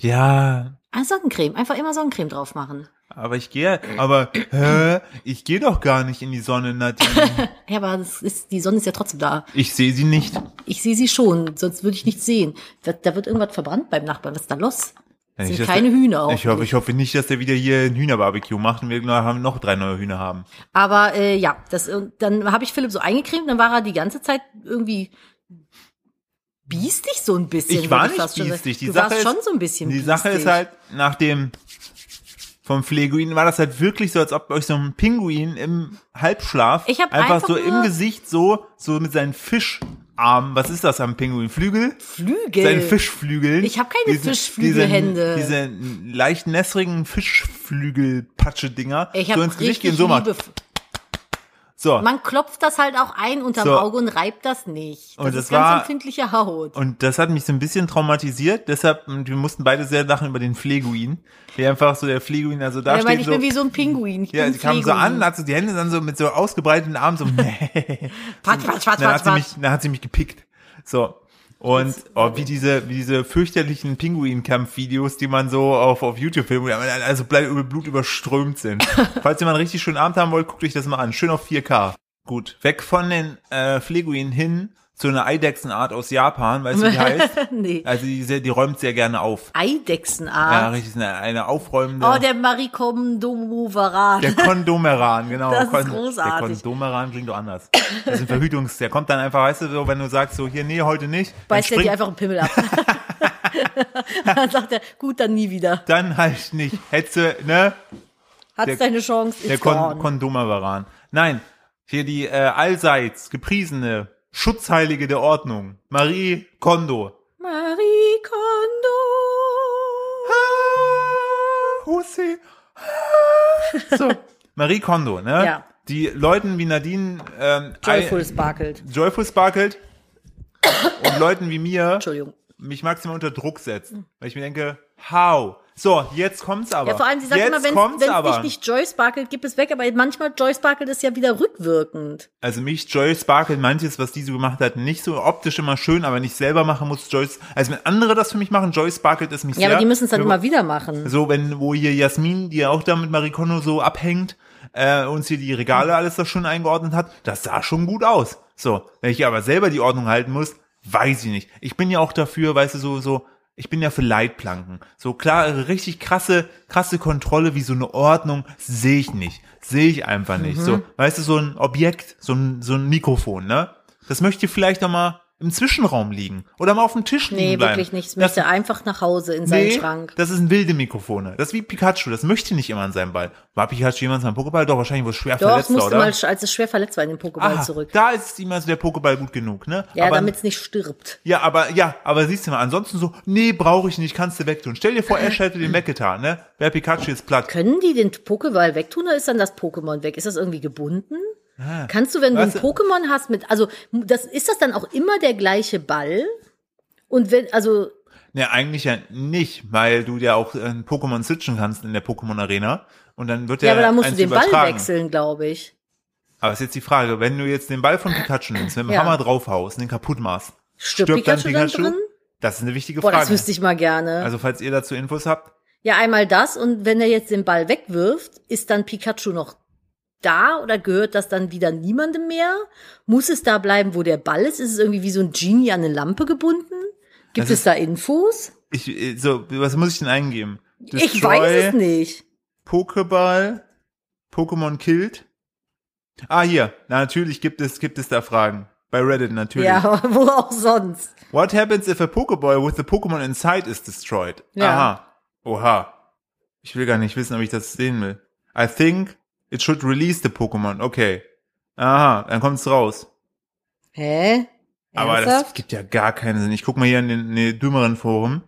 Speaker 1: Ja,
Speaker 2: Ah, Sonnencreme, einfach immer Sonnencreme drauf machen.
Speaker 1: aber ich gehe, aber hä, ich gehe doch gar nicht in die Sonne, Nadine.
Speaker 2: Ja, aber das ist, die Sonne ist ja trotzdem da.
Speaker 1: Ich sehe sie nicht.
Speaker 2: Ich sehe sie schon, sonst würde ich nichts sehen. Da, da wird irgendwas verbrannt beim Nachbarn. Was ist da los? Das
Speaker 1: Nicht,
Speaker 2: sind
Speaker 1: dass
Speaker 2: keine
Speaker 1: der-
Speaker 2: Hühner
Speaker 1: Ich hoffe,
Speaker 2: hoffentlich.
Speaker 1: ich hoffe nicht, dass der wieder hier ein Hühnerbarbecue macht und wir noch- noch drei neue Hühner haben.
Speaker 2: Aber äh, ja, das, und dann habe ich Philipp so eingecremt, dann war er die ganze Zeit irgendwie biestig so ein bisschen.
Speaker 1: Ich war
Speaker 2: würd
Speaker 1: nicht
Speaker 2: fast schon sagen.
Speaker 1: biestig. Die
Speaker 2: du
Speaker 1: Sache
Speaker 2: warst
Speaker 1: ist,
Speaker 2: schon so ein bisschen
Speaker 1: Die Sache
Speaker 2: biestig.
Speaker 1: ist halt, nach dem vom Pfleguin war das halt wirklich so, als ob euch so ein Pinguin im Halbschlaf
Speaker 2: Ich hab
Speaker 1: einfach
Speaker 2: einfach
Speaker 1: so
Speaker 2: nur-
Speaker 1: im Gesicht so, so mit seinen Fischarmen, was ist das am Pinguin? Flügel?
Speaker 2: Flügel.
Speaker 1: Seinen Fischflügeln.
Speaker 2: Ich hab keine Fischflügelhände.
Speaker 1: Diese, diese leicht nässrigen Fischflügel-Patsche-Dinger.
Speaker 2: Ich
Speaker 1: so
Speaker 2: habe
Speaker 1: ins Gesicht
Speaker 2: richtig
Speaker 1: gehen, so macht.
Speaker 2: Liebe.
Speaker 1: So.
Speaker 2: Man klopft das halt auch ein unterm
Speaker 1: So.
Speaker 2: Auge und reibt das nicht. Das
Speaker 1: Und das
Speaker 2: ist ganz
Speaker 1: war-
Speaker 2: empfindliche Haut.
Speaker 1: Und das hat mich so ein bisschen traumatisiert, deshalb, und wir mussten beide sehr lachen über den Pfleguin, der einfach so der Pfleguin, also da
Speaker 2: Ja, weil
Speaker 1: steht
Speaker 2: ich
Speaker 1: so,
Speaker 2: bin wie so ein Pinguin. Ich
Speaker 1: ja,
Speaker 2: bin
Speaker 1: sie kam so an,
Speaker 2: Pfleguin.
Speaker 1: hat so die Hände dann so mit so ausgebreiteten Armen so,
Speaker 2: Patsch, patsch, patsch,
Speaker 1: dann hat
Speaker 2: patsch,
Speaker 1: sie mich,
Speaker 2: patsch.
Speaker 1: dann hat sie mich gepickt. So. Und oh, wie diese, wie diese fürchterlichen Pinguin-Kampf-Videos, die man so auf, auf YouTube filmt, wo die also bleib- über Blut überströmt sind. Falls ihr mal einen richtig schönen Abend haben wollt, guckt euch das mal an. Schön auf 4K. Gut. Weg von den äh, Fleguinen hin zu einer Eidechsenart aus Japan, weißt du, wie die heißt?
Speaker 2: nee.
Speaker 1: Also die, sehr- die räumt sehr gerne auf. Ja,
Speaker 2: Eidechsenart.
Speaker 1: richtig, eine, eine aufräumende.
Speaker 2: oh, der Marikondomovarat.
Speaker 1: Der Kondomeran, genau.
Speaker 2: Das ist
Speaker 1: Kon- Der
Speaker 2: großartig.
Speaker 1: Kondomeran klingt doch anders. Das ist ein Verhütungs-, der kommt dann einfach, weißt du, so, wenn du sagst, so, hier, nee, heute nicht, dann,
Speaker 2: Beißt er
Speaker 1: springt,
Speaker 2: dir einfach einen Pimmel ab. dann sagt er, gut, dann nie wieder.
Speaker 1: dann halt nicht. Hättest du, ne,
Speaker 2: Hat's
Speaker 1: Der-
Speaker 2: deine Chance, it's
Speaker 1: der Kon
Speaker 2: gone.
Speaker 1: Kondomeran. Nein, hier die äh, allseits gepriesene Schutzheilige der Ordnung, Marie Kondo.
Speaker 2: Marie Kondo.
Speaker 1: Ah, Hussi. Ah. So, Marie Kondo, ne?
Speaker 2: Ja.
Speaker 1: Die Leuten wie Nadine ähm,
Speaker 2: Joyful sparkelt.
Speaker 1: Ein, Joyful sparkelt und Leuten wie mir
Speaker 2: Entschuldigung.
Speaker 1: mich maximal unter Druck setzt. Weil ich mir denke, how? So, jetzt kommt's aber.
Speaker 2: Hm. Ja, vor allem, sie sagt
Speaker 1: jetzt
Speaker 2: immer, wenn
Speaker 1: kommt's
Speaker 2: es
Speaker 1: aber.
Speaker 2: dich nicht Joy sparkelt, gib es weg. Aber manchmal Joy sparkelt ist ja wieder rückwirkend.
Speaker 1: Also mich Joyce Sparkle, manches, was die so gemacht hat, nicht so optisch immer schön, aber nicht selber machen muss Joyce. Also wenn andere das für mich machen, Joyce Sparkle ist mich
Speaker 2: Ja,
Speaker 1: sehr.
Speaker 2: aber die müssen es dann
Speaker 1: Wenn-
Speaker 2: immer wieder machen.
Speaker 1: So, wenn, wo hier Jasmin, die ja auch da mit Marie Kondo so abhängt, äh, uns hier die Regale alles da schön eingeordnet hat, das sah schon gut aus. So, wenn ich aber selber die Ordnung halten muss, weiß ich nicht. Ich bin ja auch dafür, weißt du, so, so, ich bin ja für Leitplanken. So klar, richtig krasse, krasse Kontrolle wie so eine Ordnung sehe ich nicht. Sehe ich einfach nicht. So,
Speaker 2: Mhm.
Speaker 1: weißt du, so ein Objekt, so ein, so ein Mikrofon, ne? Das möchte vielleicht auch mal im Zwischenraum liegen oder mal auf dem Tisch liegen
Speaker 2: Nee,
Speaker 1: bleiben.
Speaker 2: wirklich nicht. Es
Speaker 1: Das-
Speaker 2: möchte einfach nach Hause in seinen Schrank.
Speaker 1: das ist ein wilde Mikrofone. Das ist wie Pikachu, das möchte nicht immer in seinem Ball. War Pikachu jemals ein Pokéball? Doch, wahrscheinlich, wo es schwer
Speaker 2: Doch, es
Speaker 1: verletzt war,
Speaker 2: musste
Speaker 1: oder?
Speaker 2: mal, sch- als es schwer verletzt war, in den Pokéball
Speaker 1: Aha,
Speaker 2: zurück.
Speaker 1: Da ist ihm also der Pokéball gut genug, ne?
Speaker 2: Ja,
Speaker 1: aber,
Speaker 2: damit es nicht stirbt.
Speaker 1: ja, aber, ja, aber siehst du mal, ansonsten so, nee, brauche ich nicht, kannst du wegtun. Stell dir vor, Ash hätte den weggetan, ne? Wäre Pikachu jetzt platt.
Speaker 2: Können die den Pokéball wegtun oder ist dann das Pokémon weg? Ist das irgendwie gebunden?
Speaker 1: Ah.
Speaker 2: Kannst du, wenn
Speaker 1: Weißt
Speaker 2: du ein
Speaker 1: du-
Speaker 2: Pokémon hast mit, also das, ist das dann auch immer der gleiche Ball? Und wenn, also,
Speaker 1: Ne, eigentlich ja nicht, weil du ja auch äh, ein Pokémon switchen kannst in der Pokémon Arena. Und dann wird der
Speaker 2: ja, aber dann musst du
Speaker 1: eins
Speaker 2: den Ball
Speaker 1: übertragen.
Speaker 2: wechseln, glaube ich.
Speaker 1: Aber ist jetzt die Frage, wenn du jetzt den Ball von Pikachu nimmst, mit dem
Speaker 2: Ja.
Speaker 1: Hammer draufhaust und den kaputt machst,
Speaker 2: Stirbt Pikachu dann drin?
Speaker 1: Das ist eine wichtige
Speaker 2: Boah, das
Speaker 1: Frage.
Speaker 2: wüsste ich mal gerne.
Speaker 1: Also falls ihr dazu Infos habt,
Speaker 2: ja, einmal das und wenn er jetzt den Ball wegwirft, ist dann Pikachu noch da oder gehört das dann wieder niemandem mehr? Muss es da bleiben, wo der Ball ist? Ist es irgendwie wie so ein Genie an eine Lampe gebunden? Gibt
Speaker 1: Das
Speaker 2: es
Speaker 1: ist-
Speaker 2: da Infos?
Speaker 1: ich äh, so was muss ich denn eingeben?
Speaker 2: ich weiß es nicht.
Speaker 1: Pokéball, Pokémon Killed. Ah hier, na, natürlich gibt es gibt es da Fragen bei Reddit natürlich.
Speaker 2: Ja, aber wo auch sonst?
Speaker 1: What happens if a Pokéball with the Pokémon inside is destroyed?
Speaker 2: Ja.
Speaker 1: Aha. Oha. Ich will gar nicht wissen, ob ich das sehen will. I think it should release the Pokémon. Okay. Aha, dann kommt's raus.
Speaker 2: Hä?
Speaker 1: Aber das
Speaker 2: Ernsthaft?
Speaker 1: gibt ja gar keinen Sinn. Ich guck mal hier in den, in den dümmeren Forum.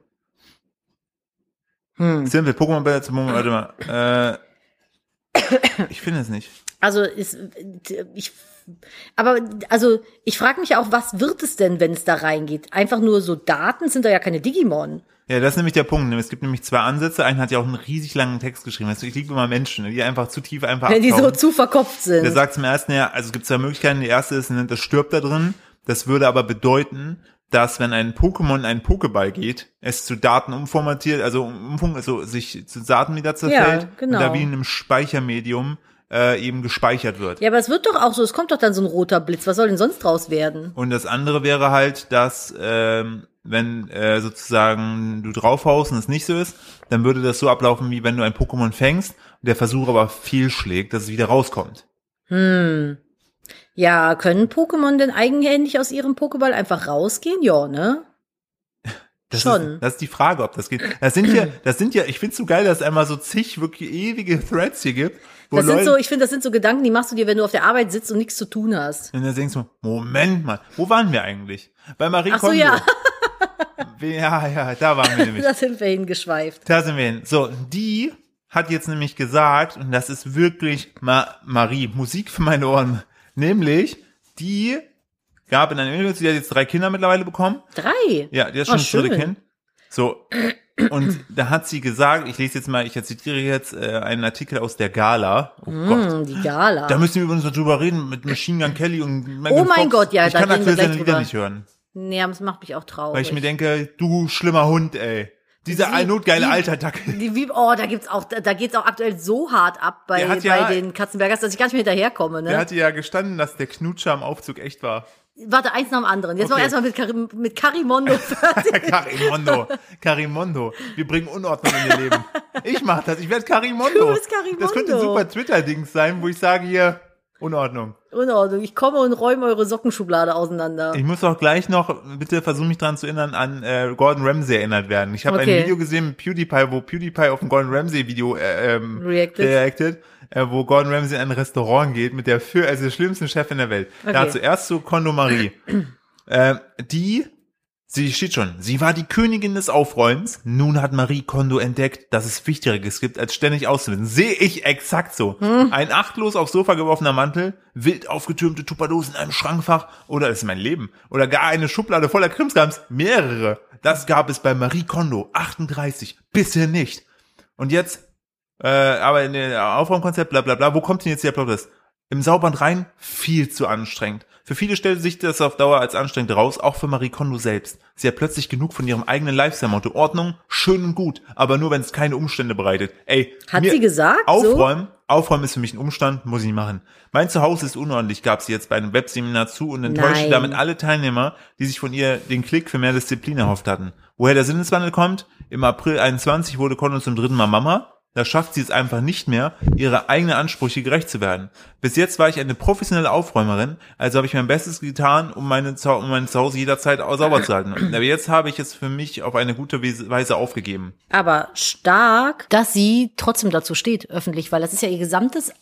Speaker 2: Hm.
Speaker 1: Simple, Pokémon Battle zum Moment, warte mal. Äh, ich finde es nicht.
Speaker 2: Also ist ich aber also ich frage mich auch, was wird es denn, wenn es da reingeht? Einfach nur so Daten sind da ja keine Digimon.
Speaker 1: Ja, das ist nämlich der Punkt. Es gibt nämlich zwei Ansätze. Einen hat ja auch einen riesig langen Text geschrieben. Also ich liebe immer Menschen, die einfach zu tief einfach
Speaker 2: Wenn die so
Speaker 1: abtauchen.
Speaker 2: zu verkopft
Speaker 1: Der
Speaker 2: sind.
Speaker 1: sagt zum ersten, ja, also es gibt zwei Möglichkeiten. Die erste ist, das stirbt da drin. Das würde aber bedeuten, dass wenn ein Pokémon in einen Pokéball geht, es zu Daten umformatiert, also umfunk, also sich zu Daten wieder zerfällt
Speaker 2: genau.
Speaker 1: und da wie in einem Speichermedium äh, eben gespeichert wird.
Speaker 2: Ja, aber es wird doch auch so, es kommt doch dann so ein roter Blitz. Was soll denn sonst draus werden?
Speaker 1: Und das andere wäre halt, dass ähm, wenn äh, sozusagen du draufhaust und es nicht so ist, dann würde das so ablaufen, wie wenn du ein Pokémon fängst und der Versuch aber fehlschlägt, dass es wieder rauskommt.
Speaker 2: Ja, können Pokémon denn eigenhändig aus ihrem Pokéball einfach rausgehen? Ja, ne?
Speaker 1: Das
Speaker 2: Schon.
Speaker 1: Ist, das ist die Frage, ob das geht. Das sind ja, das sind ja, ich find's so geil, dass es einmal so zig wirklich ewige Threads hier gibt, wo
Speaker 2: Das
Speaker 1: Leute
Speaker 2: sind so, ich finde, das sind so Gedanken, die machst du dir, wenn du auf der Arbeit sitzt und nichts zu tun hast.
Speaker 1: und dann denkst du, Moment mal, wo waren wir eigentlich? Bei Marie
Speaker 2: Ach so,
Speaker 1: Kondo.
Speaker 2: ja.
Speaker 1: ja, ja, da waren wir nämlich.
Speaker 2: Da sind wir hingeschweift.
Speaker 1: Da sind wir hin. So, die hat jetzt nämlich gesagt, und das ist wirklich Ma Marie, Musik für meine Ohren, nämlich die gab in einem Interview, sie hat jetzt drei Kinder mittlerweile bekommen.
Speaker 2: Drei.
Speaker 1: Ja, die hat schon
Speaker 2: Oh,
Speaker 1: das dritte
Speaker 2: schön.
Speaker 1: Kind. So, und da hat sie gesagt, ich lese jetzt mal, ich zitiere jetzt äh, einen Artikel aus der Gala. Oh Gott.
Speaker 2: Hm, die Gala.
Speaker 1: Da müssen wir übrigens noch drüber reden mit Machine Gun Kelly und Megan
Speaker 2: Oh
Speaker 1: Fox.
Speaker 2: mein Gott, ja,
Speaker 1: ich
Speaker 2: da
Speaker 1: kann
Speaker 2: reden wir
Speaker 1: aktuell
Speaker 2: gleich
Speaker 1: seine Lieder
Speaker 2: drüber.
Speaker 1: nicht hören.
Speaker 2: Nee, aber das macht mich auch traurig.
Speaker 1: Weil ich mir denke, du schlimmer Hund, ey. Dieser
Speaker 2: Sie-
Speaker 1: ein notgeile
Speaker 2: die-
Speaker 1: alter Dackel.
Speaker 2: Die, wie, oh, da gibt's auch, da, da geht's auch aktuell so hart ab bei,
Speaker 1: Der hat ja-
Speaker 2: bei den Katzenbergers, dass ich gar nicht mehr hinterherkomme, ne?
Speaker 1: Der hatte ja gestanden, dass der Knutscher am Aufzug echt war.
Speaker 2: Warte, eins nach dem anderen. Jetzt
Speaker 1: Okay.
Speaker 2: machen wir erstmal mit, Karim, mit Carimondo fertig.
Speaker 1: Karimondo. Karimondo. Wir bringen Unordnung in ihr Leben. Ich mach das. Ich werde Karimondo.
Speaker 2: Du bist Karimondo.
Speaker 1: Das könnte ein super Twitter-Dings sein, wo ich sage hier, Unordnung.
Speaker 2: Unordnung. Ich komme und räume eure Sockenschublade auseinander.
Speaker 1: Ich muss auch gleich noch, bitte versuch mich dran zu erinnern, an äh, Gordon Ramsay erinnert werden. Ich habe
Speaker 2: Okay.
Speaker 1: ein Video gesehen mit PewDiePie, wo PewDiePie auf ein Gordon Ramsay-Video äh, ähm,
Speaker 2: Reacted.
Speaker 1: reacted, äh, wo Gordon Ramsay in ein Restaurant geht mit der für, also der schlimmsten Chefin der Welt.
Speaker 2: Okay.
Speaker 1: Dazu erst zu Kondomarie. äh, die, sie steht schon, sie war die Königin des Aufräumens. Nun hat Marie Kondo entdeckt, dass es Wichtigeres gibt, als ständig auszuwinden. Sehe ich exakt so. Ein achtlos aufs Sofa geworfener Mantel, wild aufgetürmte Tupperdosen in einem Schrankfach oder das ist mein Leben. Oder gar eine Schublade voller Krimskrams. Mehrere. Das gab es bei Marie Kondo 38. Bisher nicht. Und jetzt äh, aber in dem Aufraumkonzept, bla bla bla, wo kommt denn jetzt der Plot Twist? Im Sauband rein, viel zu anstrengend. Für viele stellte sich das auf Dauer als anstrengend raus, auch für Marie Kondo selbst. Sie hat plötzlich genug von ihrem eigenen Lifestyle-Motto. Ordnung, schön und gut, aber nur, wenn es keine Umstände bereitet. Ey,
Speaker 2: Hat
Speaker 1: mir-
Speaker 2: sie gesagt? So?
Speaker 1: Aufräumen, aufräumen ist für mich ein Umstand, muss ich nicht machen. Mein Zuhause ist unordentlich, gab sie jetzt bei einem Webseminar zu und enttäuschte
Speaker 2: Nein.
Speaker 1: damit alle Teilnehmer, die sich von ihr den Klick für mehr Disziplin erhofft hatten. Woher der Sinneswandel kommt? Im April 21 wurde Kondo zum dritten Mal Mama. Da schafft sie es einfach nicht mehr, ihre eigenen Ansprüche gerecht zu werden. Bis jetzt war ich eine professionelle Aufräumerin, also habe ich mein Bestes getan, um, meine Zuha- um mein Zuhause jederzeit au- sauber zu halten. Aber jetzt habe ich es für mich auf eine gute Wes- Weise aufgegeben.
Speaker 2: Aber stark, dass sie trotzdem dazu steht, öffentlich, weil das ist ja ihr gesamtes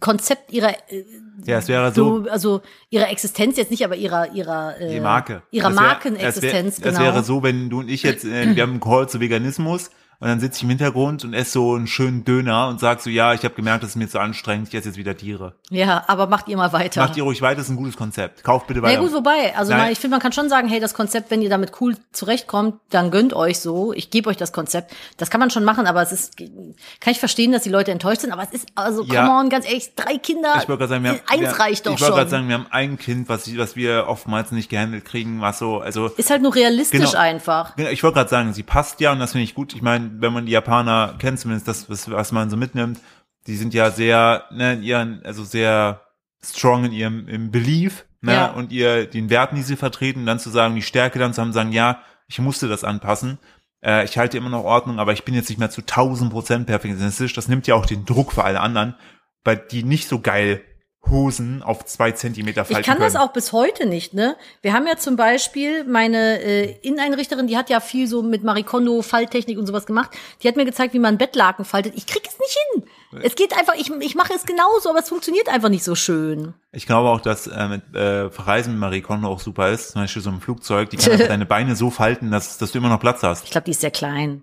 Speaker 2: Konzept ihrer, äh,
Speaker 1: Ja, es wäre so
Speaker 2: so, also ihrer Existenz jetzt nicht, aber ihrer, ihrer, äh,
Speaker 1: Die Marke.
Speaker 2: ihrer
Speaker 1: Das wär-
Speaker 2: Markenexistenz,
Speaker 1: das wär-
Speaker 2: genau. Mhm.
Speaker 1: Das wäre so, wenn du und ich jetzt, äh, wir haben einen Call zu Veganismus und dann sitze ich im Hintergrund und esse so einen schönen Döner und sag so, ja, ich habe gemerkt, das ist mir zu anstrengend, ich esse jetzt wieder Tiere.
Speaker 2: Ja, aber macht ihr mal weiter.
Speaker 1: Macht ihr ruhig weiter, das ist ein gutes Konzept. Kauft bitte
Speaker 2: Na
Speaker 1: weiter.
Speaker 2: gut, wobei, also
Speaker 1: Nein.
Speaker 2: mal, ich finde, man kann schon sagen, hey, das Konzept, wenn ihr damit cool zurechtkommt, dann gönnt euch so, ich gebe euch das Konzept. Das kann man schon machen, aber es ist, kann ich verstehen, dass die Leute enttäuscht sind, aber es ist, also,
Speaker 1: Ja.
Speaker 2: come on, ganz ehrlich, drei Kinder, äh,
Speaker 1: ich wollte gerade sagen, wir haben,
Speaker 2: eins
Speaker 1: wir,
Speaker 2: reicht doch
Speaker 1: ich wollte
Speaker 2: schon.
Speaker 1: gerade sagen, wir haben ein Kind, was, was wir oftmals nicht gehandelt kriegen, was so, also
Speaker 2: ist halt nur realistisch
Speaker 1: Genau.
Speaker 2: einfach.
Speaker 1: Genau, ich wollte gerade sagen, sie passt ja und das finde ich gut. Ich meine, wenn man die Japaner kennt, zumindest das, was, was man so mitnimmt, die sind ja sehr, ne, in ihren, also sehr strong in ihrem im Belief, ne,
Speaker 2: Ja.
Speaker 1: und ihr, den Werten, die sie vertreten, dann zu sagen, die Stärke dann zu haben, sagen, ja, ich musste das anpassen. Äh, ich halte immer noch Ordnung, aber ich bin jetzt nicht mehr zu 1000 Prozent perfektionistisch. Das nimmt ja auch den Druck für alle anderen, weil die nicht so geil Hosen auf zwei Zentimeter falten
Speaker 2: Ich kann
Speaker 1: können.
Speaker 2: das auch bis heute nicht, ne? Wir haben ja zum Beispiel meine äh, Inneneinrichterin, die hat ja viel so mit Marikondo, Falttechnik und sowas gemacht. Die hat mir gezeigt, wie man Bettlaken faltet. Ich krieg es nicht hin. Es geht einfach, ich, ich mache es genauso, aber es funktioniert einfach nicht so schön.
Speaker 1: Ich glaube auch, dass äh, mit äh, Verreisen mit Marie Kondo auch super ist. Zum Beispiel so ein Flugzeug, die kann einfach deine Beine so falten, dass, dass du immer noch Platz hast.
Speaker 2: Ich glaube, die ist sehr klein.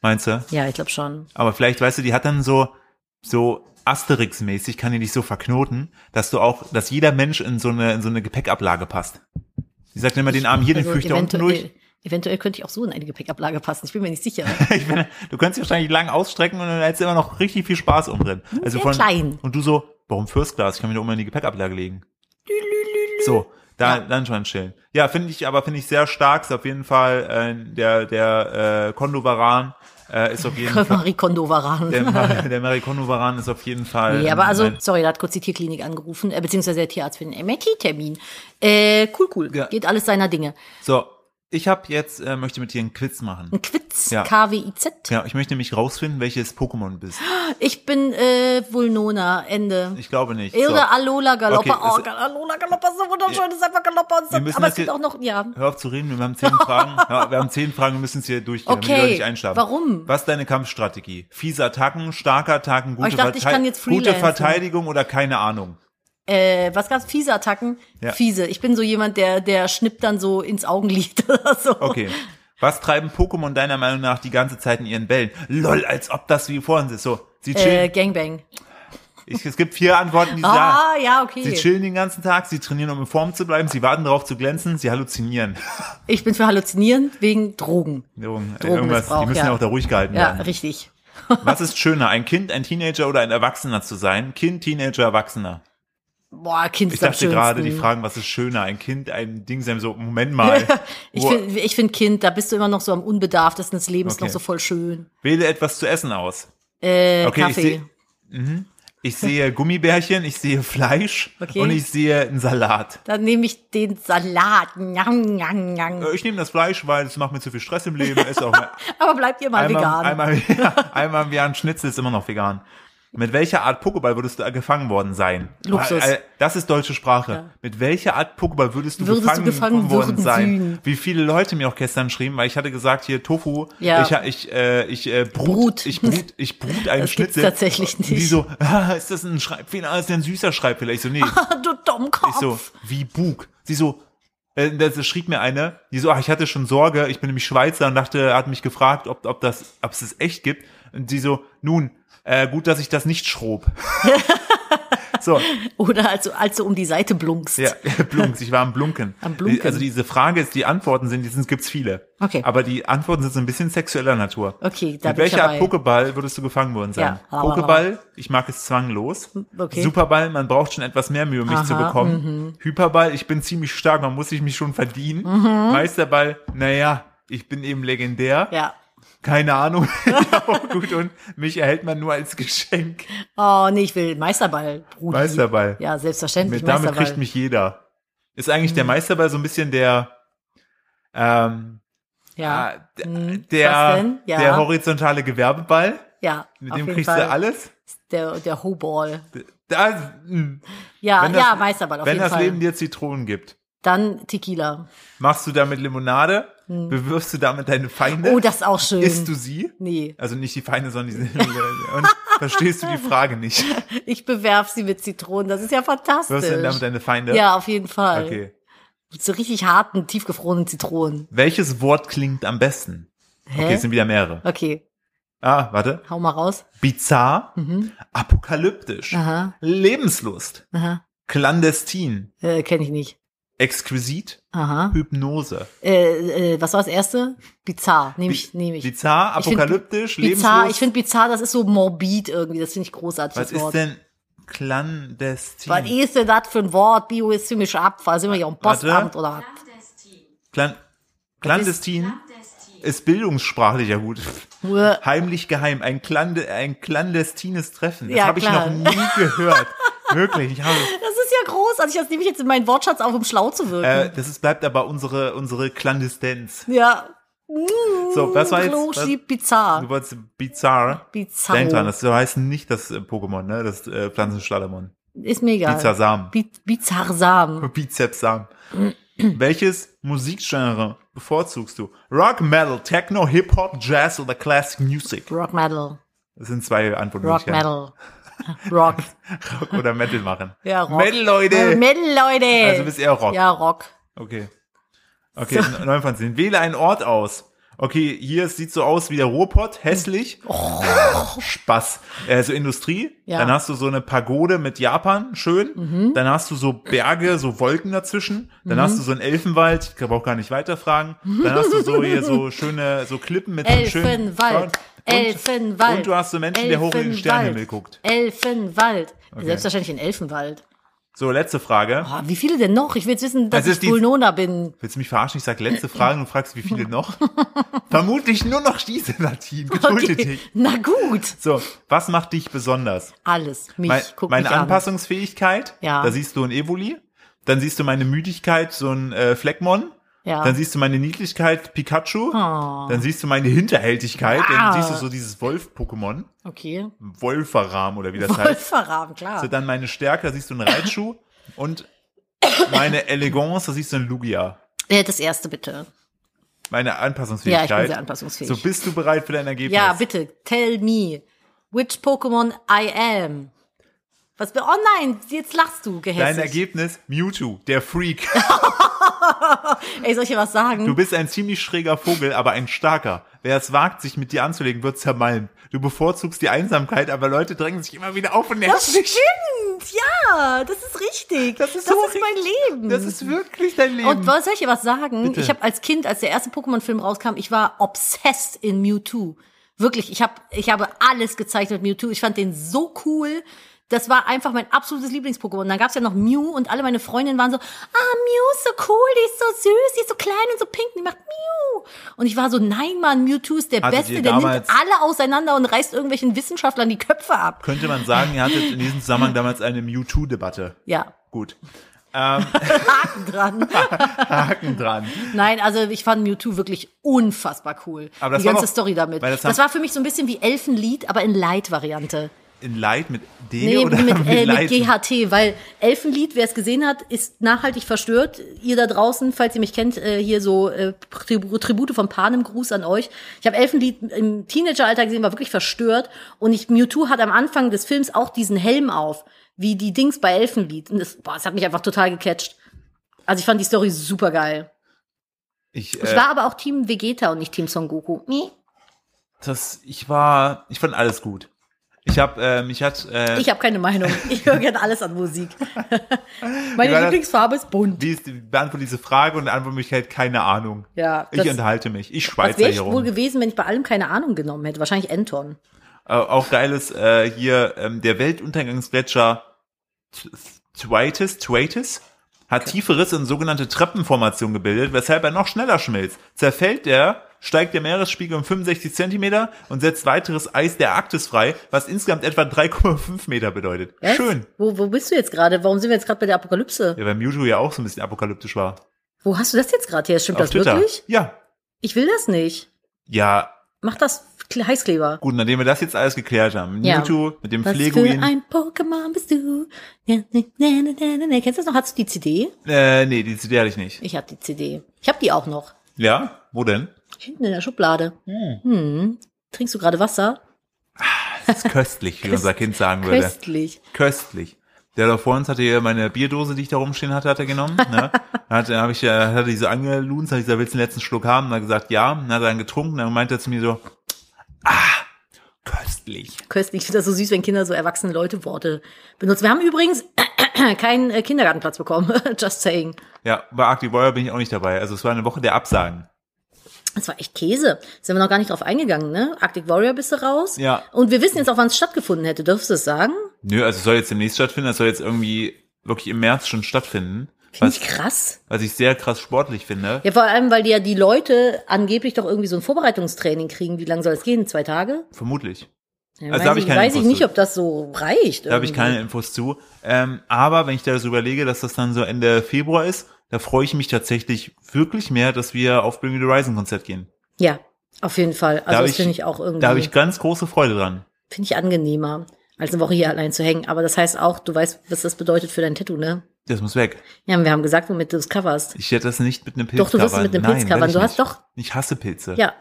Speaker 1: Meinst du?
Speaker 2: Ja, ich glaube schon.
Speaker 1: Aber vielleicht, weißt du, die hat dann so, so Asterix-mäßig, kann die dich so verknoten, dass du auch, dass jeder Mensch in so eine, in so eine Gepäckablage passt. Die sagt immer, den Arm hier, den
Speaker 2: Also
Speaker 1: führe ich da unten durch.
Speaker 2: eventuell, eventuell könnte ich auch so in eine Gepäckablage passen. Ich bin mir nicht sicher.
Speaker 1: Ich bin, du könntest dich wahrscheinlich lang ausstrecken und dann hättest du immer noch richtig viel Spaß um drin. Also
Speaker 2: sehr
Speaker 1: von,
Speaker 2: klein.
Speaker 1: Und du so, warum First Class? Ich kann mich doch immer in die Gepäckablage legen. So, da, dann schon chillen. Ja, finde ich, aber finde ich sehr stark. Ist auf jeden Fall äh, der der äh, Kondovaran äh, ist auf jeden Fall
Speaker 2: Marie Kondo war ran.
Speaker 1: der, Ma- der Marie Kondovaran ist auf jeden Fall.
Speaker 2: Nee, aber
Speaker 1: ähm,
Speaker 2: also,
Speaker 1: ein-
Speaker 2: sorry, da hat kurz die Tierklinik angerufen, äh, beziehungsweise der Tierarzt für den MRT-Termin. Äh, cool, cool.
Speaker 1: Ja.
Speaker 2: Geht alles seiner Dinge.
Speaker 1: so, ich habe jetzt äh, möchte mit dir einen Quiz machen.
Speaker 2: Ein Quiz,
Speaker 1: Ja.
Speaker 2: K-W-I-Z.
Speaker 1: Ja, ich möchte nämlich rausfinden, welches Pokémon bist.
Speaker 2: Ich bin äh, Vulnona, Ende.
Speaker 1: Ich glaube nicht. So.
Speaker 2: Oder Alola Galoppa.
Speaker 1: Okay,
Speaker 2: oh,
Speaker 1: es-
Speaker 2: Gal- Alola Galoppa ist so wunderschön, ist einfach Galoppa. Und so,
Speaker 1: Wir müssen
Speaker 2: aber es
Speaker 1: das
Speaker 2: gibt
Speaker 1: hier-
Speaker 2: auch noch, ja.
Speaker 1: Hör auf zu reden, wir haben zehn Fragen. Ja, wir haben zehn Fragen, wir müssen es hier durchgehen, damit die
Speaker 2: Okay,
Speaker 1: Leute nicht einschlafen.
Speaker 2: warum? Oh,
Speaker 1: Was ist deine Kampfstrategie? Fiese Attacken, starke Attacken, gute,
Speaker 2: ich dachte, ich
Speaker 1: Vertei-
Speaker 2: kann jetzt
Speaker 1: gute
Speaker 2: freelancen.
Speaker 1: Verteidigung oder keine Ahnung?
Speaker 2: Äh, was gab's? Fiese Attacken?
Speaker 1: Ja.
Speaker 2: Fiese. Ich bin so jemand, der, der schnippt dann so ins Augenlid oder so.
Speaker 1: Okay. Was treiben Pokémon deiner Meinung nach die ganze Zeit in ihren Bällen? Lol, als ob das wie vorhin ist. So, sie
Speaker 2: Äh,
Speaker 1: chillen.
Speaker 2: Gangbang.
Speaker 1: ich, es gibt vier Antworten, die sie
Speaker 2: Ah,
Speaker 1: sagen.
Speaker 2: ja, okay.
Speaker 1: Sie chillen den ganzen Tag, sie trainieren, um in Form zu bleiben, sie warten darauf zu glänzen, sie halluzinieren.
Speaker 2: Ich bin für Halluzinieren wegen Drogen.
Speaker 1: äh, Irgendwas, die müssen ja.
Speaker 2: ja.
Speaker 1: auch da ruhig gehalten
Speaker 2: Ja,
Speaker 1: werden.
Speaker 2: richtig.
Speaker 1: Was ist schöner, ein Kind, ein Teenager oder ein Erwachsener zu sein? Kind, Teenager, Erwachsener.
Speaker 2: Boah, Kind
Speaker 1: Ich
Speaker 2: ist am
Speaker 1: dachte
Speaker 2: schönsten.
Speaker 1: gerade, die fragen, was ist schöner, ein Kind, ein Ding, sein so, Moment mal.
Speaker 2: ich
Speaker 1: Wo-
Speaker 2: finde ich find Kind, da bist du immer noch so am unbedarftesten des Lebens
Speaker 1: Okay.
Speaker 2: noch so voll schön.
Speaker 1: wähle etwas zu essen aus.
Speaker 2: Äh,
Speaker 1: Okay, ich
Speaker 2: Kaffee.
Speaker 1: seh- Mhm. Ich ich sehe Gummibärchen, ich sehe Fleisch
Speaker 2: Okay.
Speaker 1: und ich sehe einen Salat.
Speaker 2: Dann nehme ich den Salat. Njam, njam, njam.
Speaker 1: Äh, Ich nehme das Fleisch, weil es macht mir zu viel Stress im Leben. Ist auch mal
Speaker 2: Aber bleibt ihr mal
Speaker 1: einmal,
Speaker 2: vegan.
Speaker 1: einmal, einmal im Jahr ein Schnitzel ist immer noch vegan. Mit welcher Art Pokéball würdest du äh, gefangen worden sein?
Speaker 2: Luxus.
Speaker 1: Äh, äh, Das ist deutsche Sprache. Mit welcher Art Pokéball würdest du
Speaker 2: Würdest du
Speaker 1: gefangen,
Speaker 2: gefangen
Speaker 1: worden
Speaker 2: würden
Speaker 1: sein?
Speaker 2: sein?
Speaker 1: Wie viele Leute mir auch gestern schrieben, weil ich hatte gesagt, hier Tofu,
Speaker 2: Ja.
Speaker 1: ich, ha- ich, äh, ich, äh, brut,
Speaker 2: Brut.
Speaker 1: ich brut, ich brut einen
Speaker 2: Das gibt's
Speaker 1: Schnitzel.
Speaker 2: tatsächlich
Speaker 1: Die
Speaker 2: nicht.
Speaker 1: so, ah, ist das ein Schreibfehler? Ah, ist ja ein süßer Schreibfehler. Ich so, nee,
Speaker 2: du Dummkopf.
Speaker 1: ich so, wie Bug. Sie so, äh, das das schrieb mir eine, die so, ach, ich hatte schon Sorge, ich bin nämlich Schweizer und dachte, hat mich gefragt, ob, ob das, ob es das echt gibt. Und die so, nun, äh, gut, dass ich das nicht schrob. so,
Speaker 2: Oder als, du- als du um die Seite blunkst.
Speaker 1: ja, Blunks, ich war am Blunken.
Speaker 2: Am Blunken.
Speaker 1: Also diese Frage ist, die Antworten sind, die sind, gibt's viele.
Speaker 2: Okay.
Speaker 1: Aber die Antworten sind so ein bisschen sexueller Natur.
Speaker 2: Okay, da
Speaker 1: Mit
Speaker 2: bin ich
Speaker 1: welcher Art
Speaker 2: dabei.
Speaker 1: Pokéball würdest du gefangen worden sein?
Speaker 2: Ja,
Speaker 1: Pokéball, ich mag es zwanglos.
Speaker 2: Hm, Okay.
Speaker 1: Superball, man braucht schon etwas mehr Mühe, um mich zu
Speaker 2: Aha, mhm.
Speaker 1: bekommen. Hyperball, ich bin ziemlich stark, man muss sich mich schon verdienen. Meisterball, naja, ich bin eben legendär.
Speaker 2: Mhm. Ja.
Speaker 1: Keine Ahnung. ja, gut, und mich erhält man nur als Geschenk.
Speaker 2: Oh, nee, ich will Meisterball, Brudi.
Speaker 1: Meisterball.
Speaker 2: Ja, selbstverständlich.
Speaker 1: Mit, damit
Speaker 2: Meisterball. Mhm.
Speaker 1: kriegt mich jeder. Ist eigentlich der Meisterball so ein bisschen der, ähm,
Speaker 2: ja.
Speaker 1: ah, d-
Speaker 2: Hm, was
Speaker 1: der,
Speaker 2: denn? Ja.
Speaker 1: der horizontale Gewerbeball?
Speaker 2: ja,
Speaker 1: Mit
Speaker 2: auf
Speaker 1: dem
Speaker 2: jeden
Speaker 1: kriegst
Speaker 2: Fall.
Speaker 1: du alles?
Speaker 2: Der, der Hohball.
Speaker 1: Da, mh.
Speaker 2: Ja,
Speaker 1: Wenn das-
Speaker 2: ja, Meisterball auf
Speaker 1: Wenn
Speaker 2: jeden
Speaker 1: das
Speaker 2: Fall.
Speaker 1: Leben dir Zitronen gibt,
Speaker 2: Dann Tequila.
Speaker 1: machst du damit Limonade?
Speaker 2: Hm.
Speaker 1: Bewirfst du damit deine Feinde?
Speaker 2: Oh, das ist auch schön.
Speaker 1: Ne? Isst du sie?
Speaker 2: nee,
Speaker 1: Also nicht die Feinde, sondern die und verstehst du die Frage nicht?
Speaker 2: ich bewerf sie mit Zitronen. Das ist ja fantastisch.
Speaker 1: Wirfst du damit deine Feinde?
Speaker 2: ja, auf jeden Fall.
Speaker 1: Okay.
Speaker 2: Mit so richtig harten, tiefgefrorenen Zitronen.
Speaker 1: Welches Wort klingt am besten? Okay,
Speaker 2: Hä?
Speaker 1: es sind wieder mehrere.
Speaker 2: Okay,
Speaker 1: Ah, warte.
Speaker 2: hau mal raus.
Speaker 1: Bizarr, apokalyptisch,
Speaker 2: Aha,
Speaker 1: Lebenslust,
Speaker 2: aha.
Speaker 1: clandestin,
Speaker 2: Äh, Kenne ich nicht.
Speaker 1: exquisit,
Speaker 2: Aha.
Speaker 1: Hypnose.
Speaker 2: Äh, äh, was war das erste? Bizarr. Nehme ich,
Speaker 1: Bi-
Speaker 2: nehme ich.
Speaker 1: Bizarr,
Speaker 2: Ich find
Speaker 1: apokalyptisch,
Speaker 2: Bizarr.
Speaker 1: Lebenslust.
Speaker 2: Ich finde bizarr, das ist so morbid irgendwie. Das finde ich großartig.
Speaker 1: Was
Speaker 2: das Wort.
Speaker 1: ist denn clandestin?
Speaker 2: Was ist denn das für ein Wort? Bio ist ziemlich abfall. Sind wir hier am
Speaker 1: Warte.
Speaker 2: Postamt oder was?
Speaker 3: Clandestin.
Speaker 1: Clan Clandestin
Speaker 3: Clandestin.
Speaker 1: ist bildungssprachlich, ja gut.
Speaker 2: Nur-
Speaker 1: Heimlich geheim, ein, Klande, ein clandestines Treffen. Das
Speaker 2: Ja,
Speaker 1: habe ich noch
Speaker 2: klar.
Speaker 1: nie gehört. Wirklich, ich habe,
Speaker 2: Das ist ja großartig. Das nehme ich jetzt in meinen Wortschatz auf, um schlau zu wirken.
Speaker 1: äh, das ist, bleibt aber unsere, unsere Clandestinz.
Speaker 2: ja.
Speaker 1: So, Ähm, was war jetzt? Was,
Speaker 2: Kloshi
Speaker 1: du
Speaker 2: bizarr.
Speaker 1: wolltest bizarr.
Speaker 2: Hm, Bizarro.
Speaker 1: Denk dran, das heißt nicht das äh, Pokémon, ne? Das äh, Pflanzenschlalamon.
Speaker 2: Ist mir egal.
Speaker 1: Bizarrsam.
Speaker 2: Bi Bizarrsam.
Speaker 1: Bizepsam. Welches Musikgenre bevorzugst du? Rock, Metal, Techno, Hip-Hop, Jazz oder Classic Music?
Speaker 2: Rock Metal.
Speaker 1: Das sind zwei Antworten.
Speaker 2: Rock
Speaker 1: die ich kenne.
Speaker 2: Metal. Rock.
Speaker 1: Rock oder Metal machen.
Speaker 2: Ja, Rock.
Speaker 1: Metal, Leute!
Speaker 2: Äh, Metal, Leute.
Speaker 1: Also bist eher Rock.
Speaker 2: Ja, Rock.
Speaker 1: Okay. Okay, neun 9 von 10. Wähle einen Ort aus. Okay, hier es sieht so aus wie der Ruhrpott, hässlich. Spaß. Äh, so Industrie.
Speaker 2: Oh. Ja. Mhm.
Speaker 1: Dann hast du so eine Pagode mit Japan, schön. Dann hast du so Berge, so Wolken dazwischen. Dann hast du so einen Elfenwald, ich brauche gar nicht weiterfragen. Dann hast du so hier so schöne, so Klippen mit schönen
Speaker 2: Elfenwald.
Speaker 1: Und-
Speaker 2: Elfenwald.
Speaker 1: Und du hast so Menschen, der hoch in den
Speaker 2: Elfenwald.
Speaker 1: Sternenhimmel guckt.
Speaker 2: Elfenwald. Selbstverständlich in Elfenwald.
Speaker 1: So, letzte Frage.
Speaker 2: Boah, wie viele denn noch? Ich will jetzt wissen, dass
Speaker 1: Also ist
Speaker 2: ich
Speaker 1: die-
Speaker 2: Bulnona bin.
Speaker 1: Willst du mich verarschen? Ich sag letzte Frage und du fragst, wie viele noch? Vermutlich nur noch diese, Nadine. Gedulde
Speaker 2: Okay.
Speaker 1: dich.
Speaker 2: Na gut.
Speaker 1: So, was macht dich besonders?
Speaker 2: Alles. Mich.
Speaker 1: Mein,
Speaker 2: Guck
Speaker 1: meine
Speaker 2: mich
Speaker 1: Anpassungsfähigkeit,
Speaker 2: Ja.
Speaker 1: da siehst du ein Evoli. Dann siehst du meine Müdigkeit, so ein äh, Fleckmon.
Speaker 2: an. Ja. Oh.
Speaker 1: Dann siehst du meine Niedlichkeit, Pikachu. Dann siehst du meine Hinterhältigkeit.
Speaker 2: Ah.
Speaker 1: Dann siehst du so dieses Wolf-Pokémon.
Speaker 2: okay.
Speaker 1: Wolferram oder wie das heißt.
Speaker 2: Wolfram, klar.
Speaker 1: So, dann meine Stärke, da siehst du einen Reitschuh. und meine Elegance, da siehst du einen Lugia.
Speaker 2: Äh, Das erste bitte.
Speaker 1: Meine Anpassungsfähigkeit.
Speaker 2: Ja, ich bin sehr anpassungsfähig.
Speaker 1: So bist du bereit für dein Ergebnis?
Speaker 2: Ja, bitte, tell me, which Pokémon I am. Was, be- oh nein, jetzt lachst du,
Speaker 1: Dein
Speaker 2: gehässig.
Speaker 1: Ergebnis Mewtwo, der Freak.
Speaker 2: Ey, soll ich dir was sagen?
Speaker 1: Du bist ein ziemlich schräger Vogel, aber ein starker. Wer es wagt, sich mit dir anzulegen, wird zermalmt. Du bevorzugst die Einsamkeit, aber Leute drängen sich immer wieder auf und nerven
Speaker 2: das
Speaker 1: dich.
Speaker 2: stimmt, ja, das ist richtig. Das ist,
Speaker 1: so
Speaker 2: mein Leben.
Speaker 1: Das ist wirklich dein Leben.
Speaker 2: und was soll ich dir was sagen? Ich habe als Kind, als der erste Pokémon-Film rauskam, ich war obsessed in Mewtwo. Wirklich, ich habe ich habe alles gezeichnet mit Mewtwo. Ich fand den so cool. Das war einfach mein absolutes Lieblings-Pokémon. Und Dann gab's ja noch Mew und alle meine Freundinnen waren so, ah, Mew ist so cool, die ist so süß, die ist so klein und so pink, und die macht Mew. Und ich war so, nein, Mann, Mewtwo ist der
Speaker 1: Hattet
Speaker 2: Beste,
Speaker 1: ihr
Speaker 2: der nimmt
Speaker 1: damals-
Speaker 2: alle auseinander und reißt irgendwelchen Wissenschaftlern die Köpfe ab.
Speaker 1: Könnte man sagen, ihr hattet in diesem Zusammenhang damals eine Mewtwo-Debatte.
Speaker 2: Ja,
Speaker 1: Gut.
Speaker 2: Haken dran.
Speaker 1: Haken dran.
Speaker 2: Nein, also ich fand Mewtwo wirklich unfassbar cool.
Speaker 1: Aber das
Speaker 2: die
Speaker 1: war
Speaker 2: ganze
Speaker 1: doch-
Speaker 2: Story damit.
Speaker 1: weil das
Speaker 2: Das,
Speaker 1: haben-
Speaker 2: war für mich so ein bisschen wie Elfenlied, aber in Light-Variante.
Speaker 1: In Light mit D
Speaker 2: Nee,
Speaker 1: oder
Speaker 2: mit, äh, mit
Speaker 1: Light?
Speaker 2: GHT, weil Elfenlied, wer es gesehen hat, ist nachhaltig verstört. Ihr da draußen, falls ihr mich kennt, äh, hier so äh, Tribu- Tribute von Panem, Gruß an euch. Ich habe Elfenlied im Teenageralter gesehen, war wirklich verstört. Und ich, Mewtwo hat am Anfang des Films auch diesen Helm auf, wie die Dings bei Elfenlied. Und das, boah, das hat mich einfach total gecatcht. Also ich fand die Story super geil.
Speaker 1: Ich,
Speaker 2: Ich
Speaker 1: äh,
Speaker 2: war aber auch Team Vegeta und nicht Team Son Goku. Nee.
Speaker 1: das, ich war, ich fand alles gut. Ich hab, äh, mich hat, äh,
Speaker 2: Ich habe keine Meinung. Ich höre gerne alles an Musik.
Speaker 1: Wie
Speaker 2: Meine
Speaker 1: war das?
Speaker 2: Lieblingsfarbe ist bunt.
Speaker 1: wie ist, die- beantworte diese Frage und die Antwortmöglichkeit, keine Ahnung.
Speaker 2: Ja,
Speaker 1: Ich
Speaker 2: das-
Speaker 1: unterhalte mich. Ich
Speaker 2: Was
Speaker 1: schweizer
Speaker 2: wäre ich
Speaker 1: hier
Speaker 2: wohl
Speaker 1: rum.
Speaker 2: gewesen, wenn ich bei allem keine Ahnung genommen hätte? Wahrscheinlich Anton.
Speaker 1: Äh, auch geiles, äh, hier, ähm, der Weltuntergangsgletscher T- Thwaitis, Thwaitis, hat tiefe Risse in sogenannte Treppenformation gebildet, weshalb er noch schneller schmilzt. Zerfällt er, steigt der Meeresspiegel um 65 Zentimeter und setzt weiteres Eis der Arktis frei, was insgesamt etwa 3,5 Meter bedeutet.
Speaker 2: Was?
Speaker 1: Schön.
Speaker 2: Wo, wo bist du jetzt gerade? Warum sind wir jetzt gerade bei der Apokalypse?
Speaker 1: Ja, weil Mewtwo ja auch so ein bisschen apokalyptisch war.
Speaker 2: Wo hast du das jetzt gerade her? Stimmt
Speaker 1: Auf
Speaker 2: das
Speaker 1: Twitter.
Speaker 2: wirklich?
Speaker 1: Ja.
Speaker 2: Ich will das nicht.
Speaker 1: Ja,
Speaker 2: Mach das Kle- Heißkleber.
Speaker 1: gut, nachdem wir das jetzt alles geklärt haben.
Speaker 2: Ja.
Speaker 1: Mewtwo mit dem
Speaker 2: Was für
Speaker 1: Pfleguin.
Speaker 2: ein Pokémon bist du? Na, na, na, na, na, na. Kennst du das noch? Hattest du die CD?
Speaker 1: Äh, nee, die CD hatte ich nicht.
Speaker 2: Ich habe die CD. Ich habe die auch noch.
Speaker 1: Ja? Wo denn?
Speaker 2: Hinten in der Schublade. Hm. Trinkst du gerade Wasser?
Speaker 1: Das ist köstlich, wie unser Kind sagen würde.
Speaker 2: Köstlich.
Speaker 1: Köstlich. Der da vor uns hatte ja meine Bierdose, die ich da rumstehen hatte, hat er genommen. Ne? Hat, habe ich, äh, hat er diese angelunzt, habe ich gesagt, willst du den letzten Schluck haben? Und er gesagt, ja. Und hat er dann getrunken, dann meinte er zu mir so, ah, köstlich.
Speaker 2: Köstlich. Ich finde das so süß, wenn Kinder so erwachsene Leute Worte benutzen. Wir haben übrigens keinen äh, Kindergartenplatz bekommen. Just saying.
Speaker 1: Ja, bei Arctic Warrior bin ich auch nicht dabei. Also es war eine Woche der Absagen.
Speaker 2: Das war echt Käse. Sind wir noch gar nicht drauf eingegangen, ne? Arctic Warrior bist du raus.
Speaker 1: Ja.
Speaker 2: Und wir wissen jetzt auch, wann es stattgefunden hätte. Dürfst du es sagen?
Speaker 1: Nö, also es soll jetzt demnächst stattfinden, es soll jetzt irgendwie wirklich im März schon stattfinden.
Speaker 2: Finde
Speaker 1: Was,
Speaker 2: ich krass.
Speaker 1: was ich sehr krass sportlich finde.
Speaker 2: Ja, vor allem, weil die ja die Leute angeblich doch irgendwie so ein Vorbereitungstraining kriegen. Wie lange soll es gehen? Zwei Tage?
Speaker 1: Vermutlich. Also
Speaker 2: Ja, weiß
Speaker 1: da habe ich
Speaker 2: ich,
Speaker 1: keine
Speaker 2: weiß ich
Speaker 1: Infos
Speaker 2: nicht,
Speaker 1: zu.
Speaker 2: ob das so reicht.
Speaker 1: Da habe ich keine Infos zu. Ähm, aber wenn ich da so überlege, dass das dann so Ende Februar ist, da freue ich mich tatsächlich wirklich mehr, dass wir auf Bring Me the Horizon Konzert gehen.
Speaker 2: Ja, auf jeden Fall.
Speaker 1: Da
Speaker 2: Also
Speaker 1: hab
Speaker 2: das finde ich auch
Speaker 1: Da habe ich
Speaker 2: irgendwie,
Speaker 1: ganz große Freude dran.
Speaker 2: finde ich angenehmer, als eine Woche hier allein zu hängen. Aber das heißt auch, du weißt, was das bedeutet für dein Tattoo, ne?
Speaker 1: Das muss weg.
Speaker 2: Ja, wir haben gesagt, womit du es coverst.
Speaker 1: Ich hätte das nicht mit einem Pilz
Speaker 2: Doch, du wirst es
Speaker 1: covern.
Speaker 2: mit einem
Speaker 1: Nein,
Speaker 2: Pilz
Speaker 1: werde
Speaker 2: covern.
Speaker 1: ich
Speaker 2: Du hast
Speaker 1: nicht.
Speaker 2: doch-
Speaker 1: Ich hasse Pilze.
Speaker 2: Ja.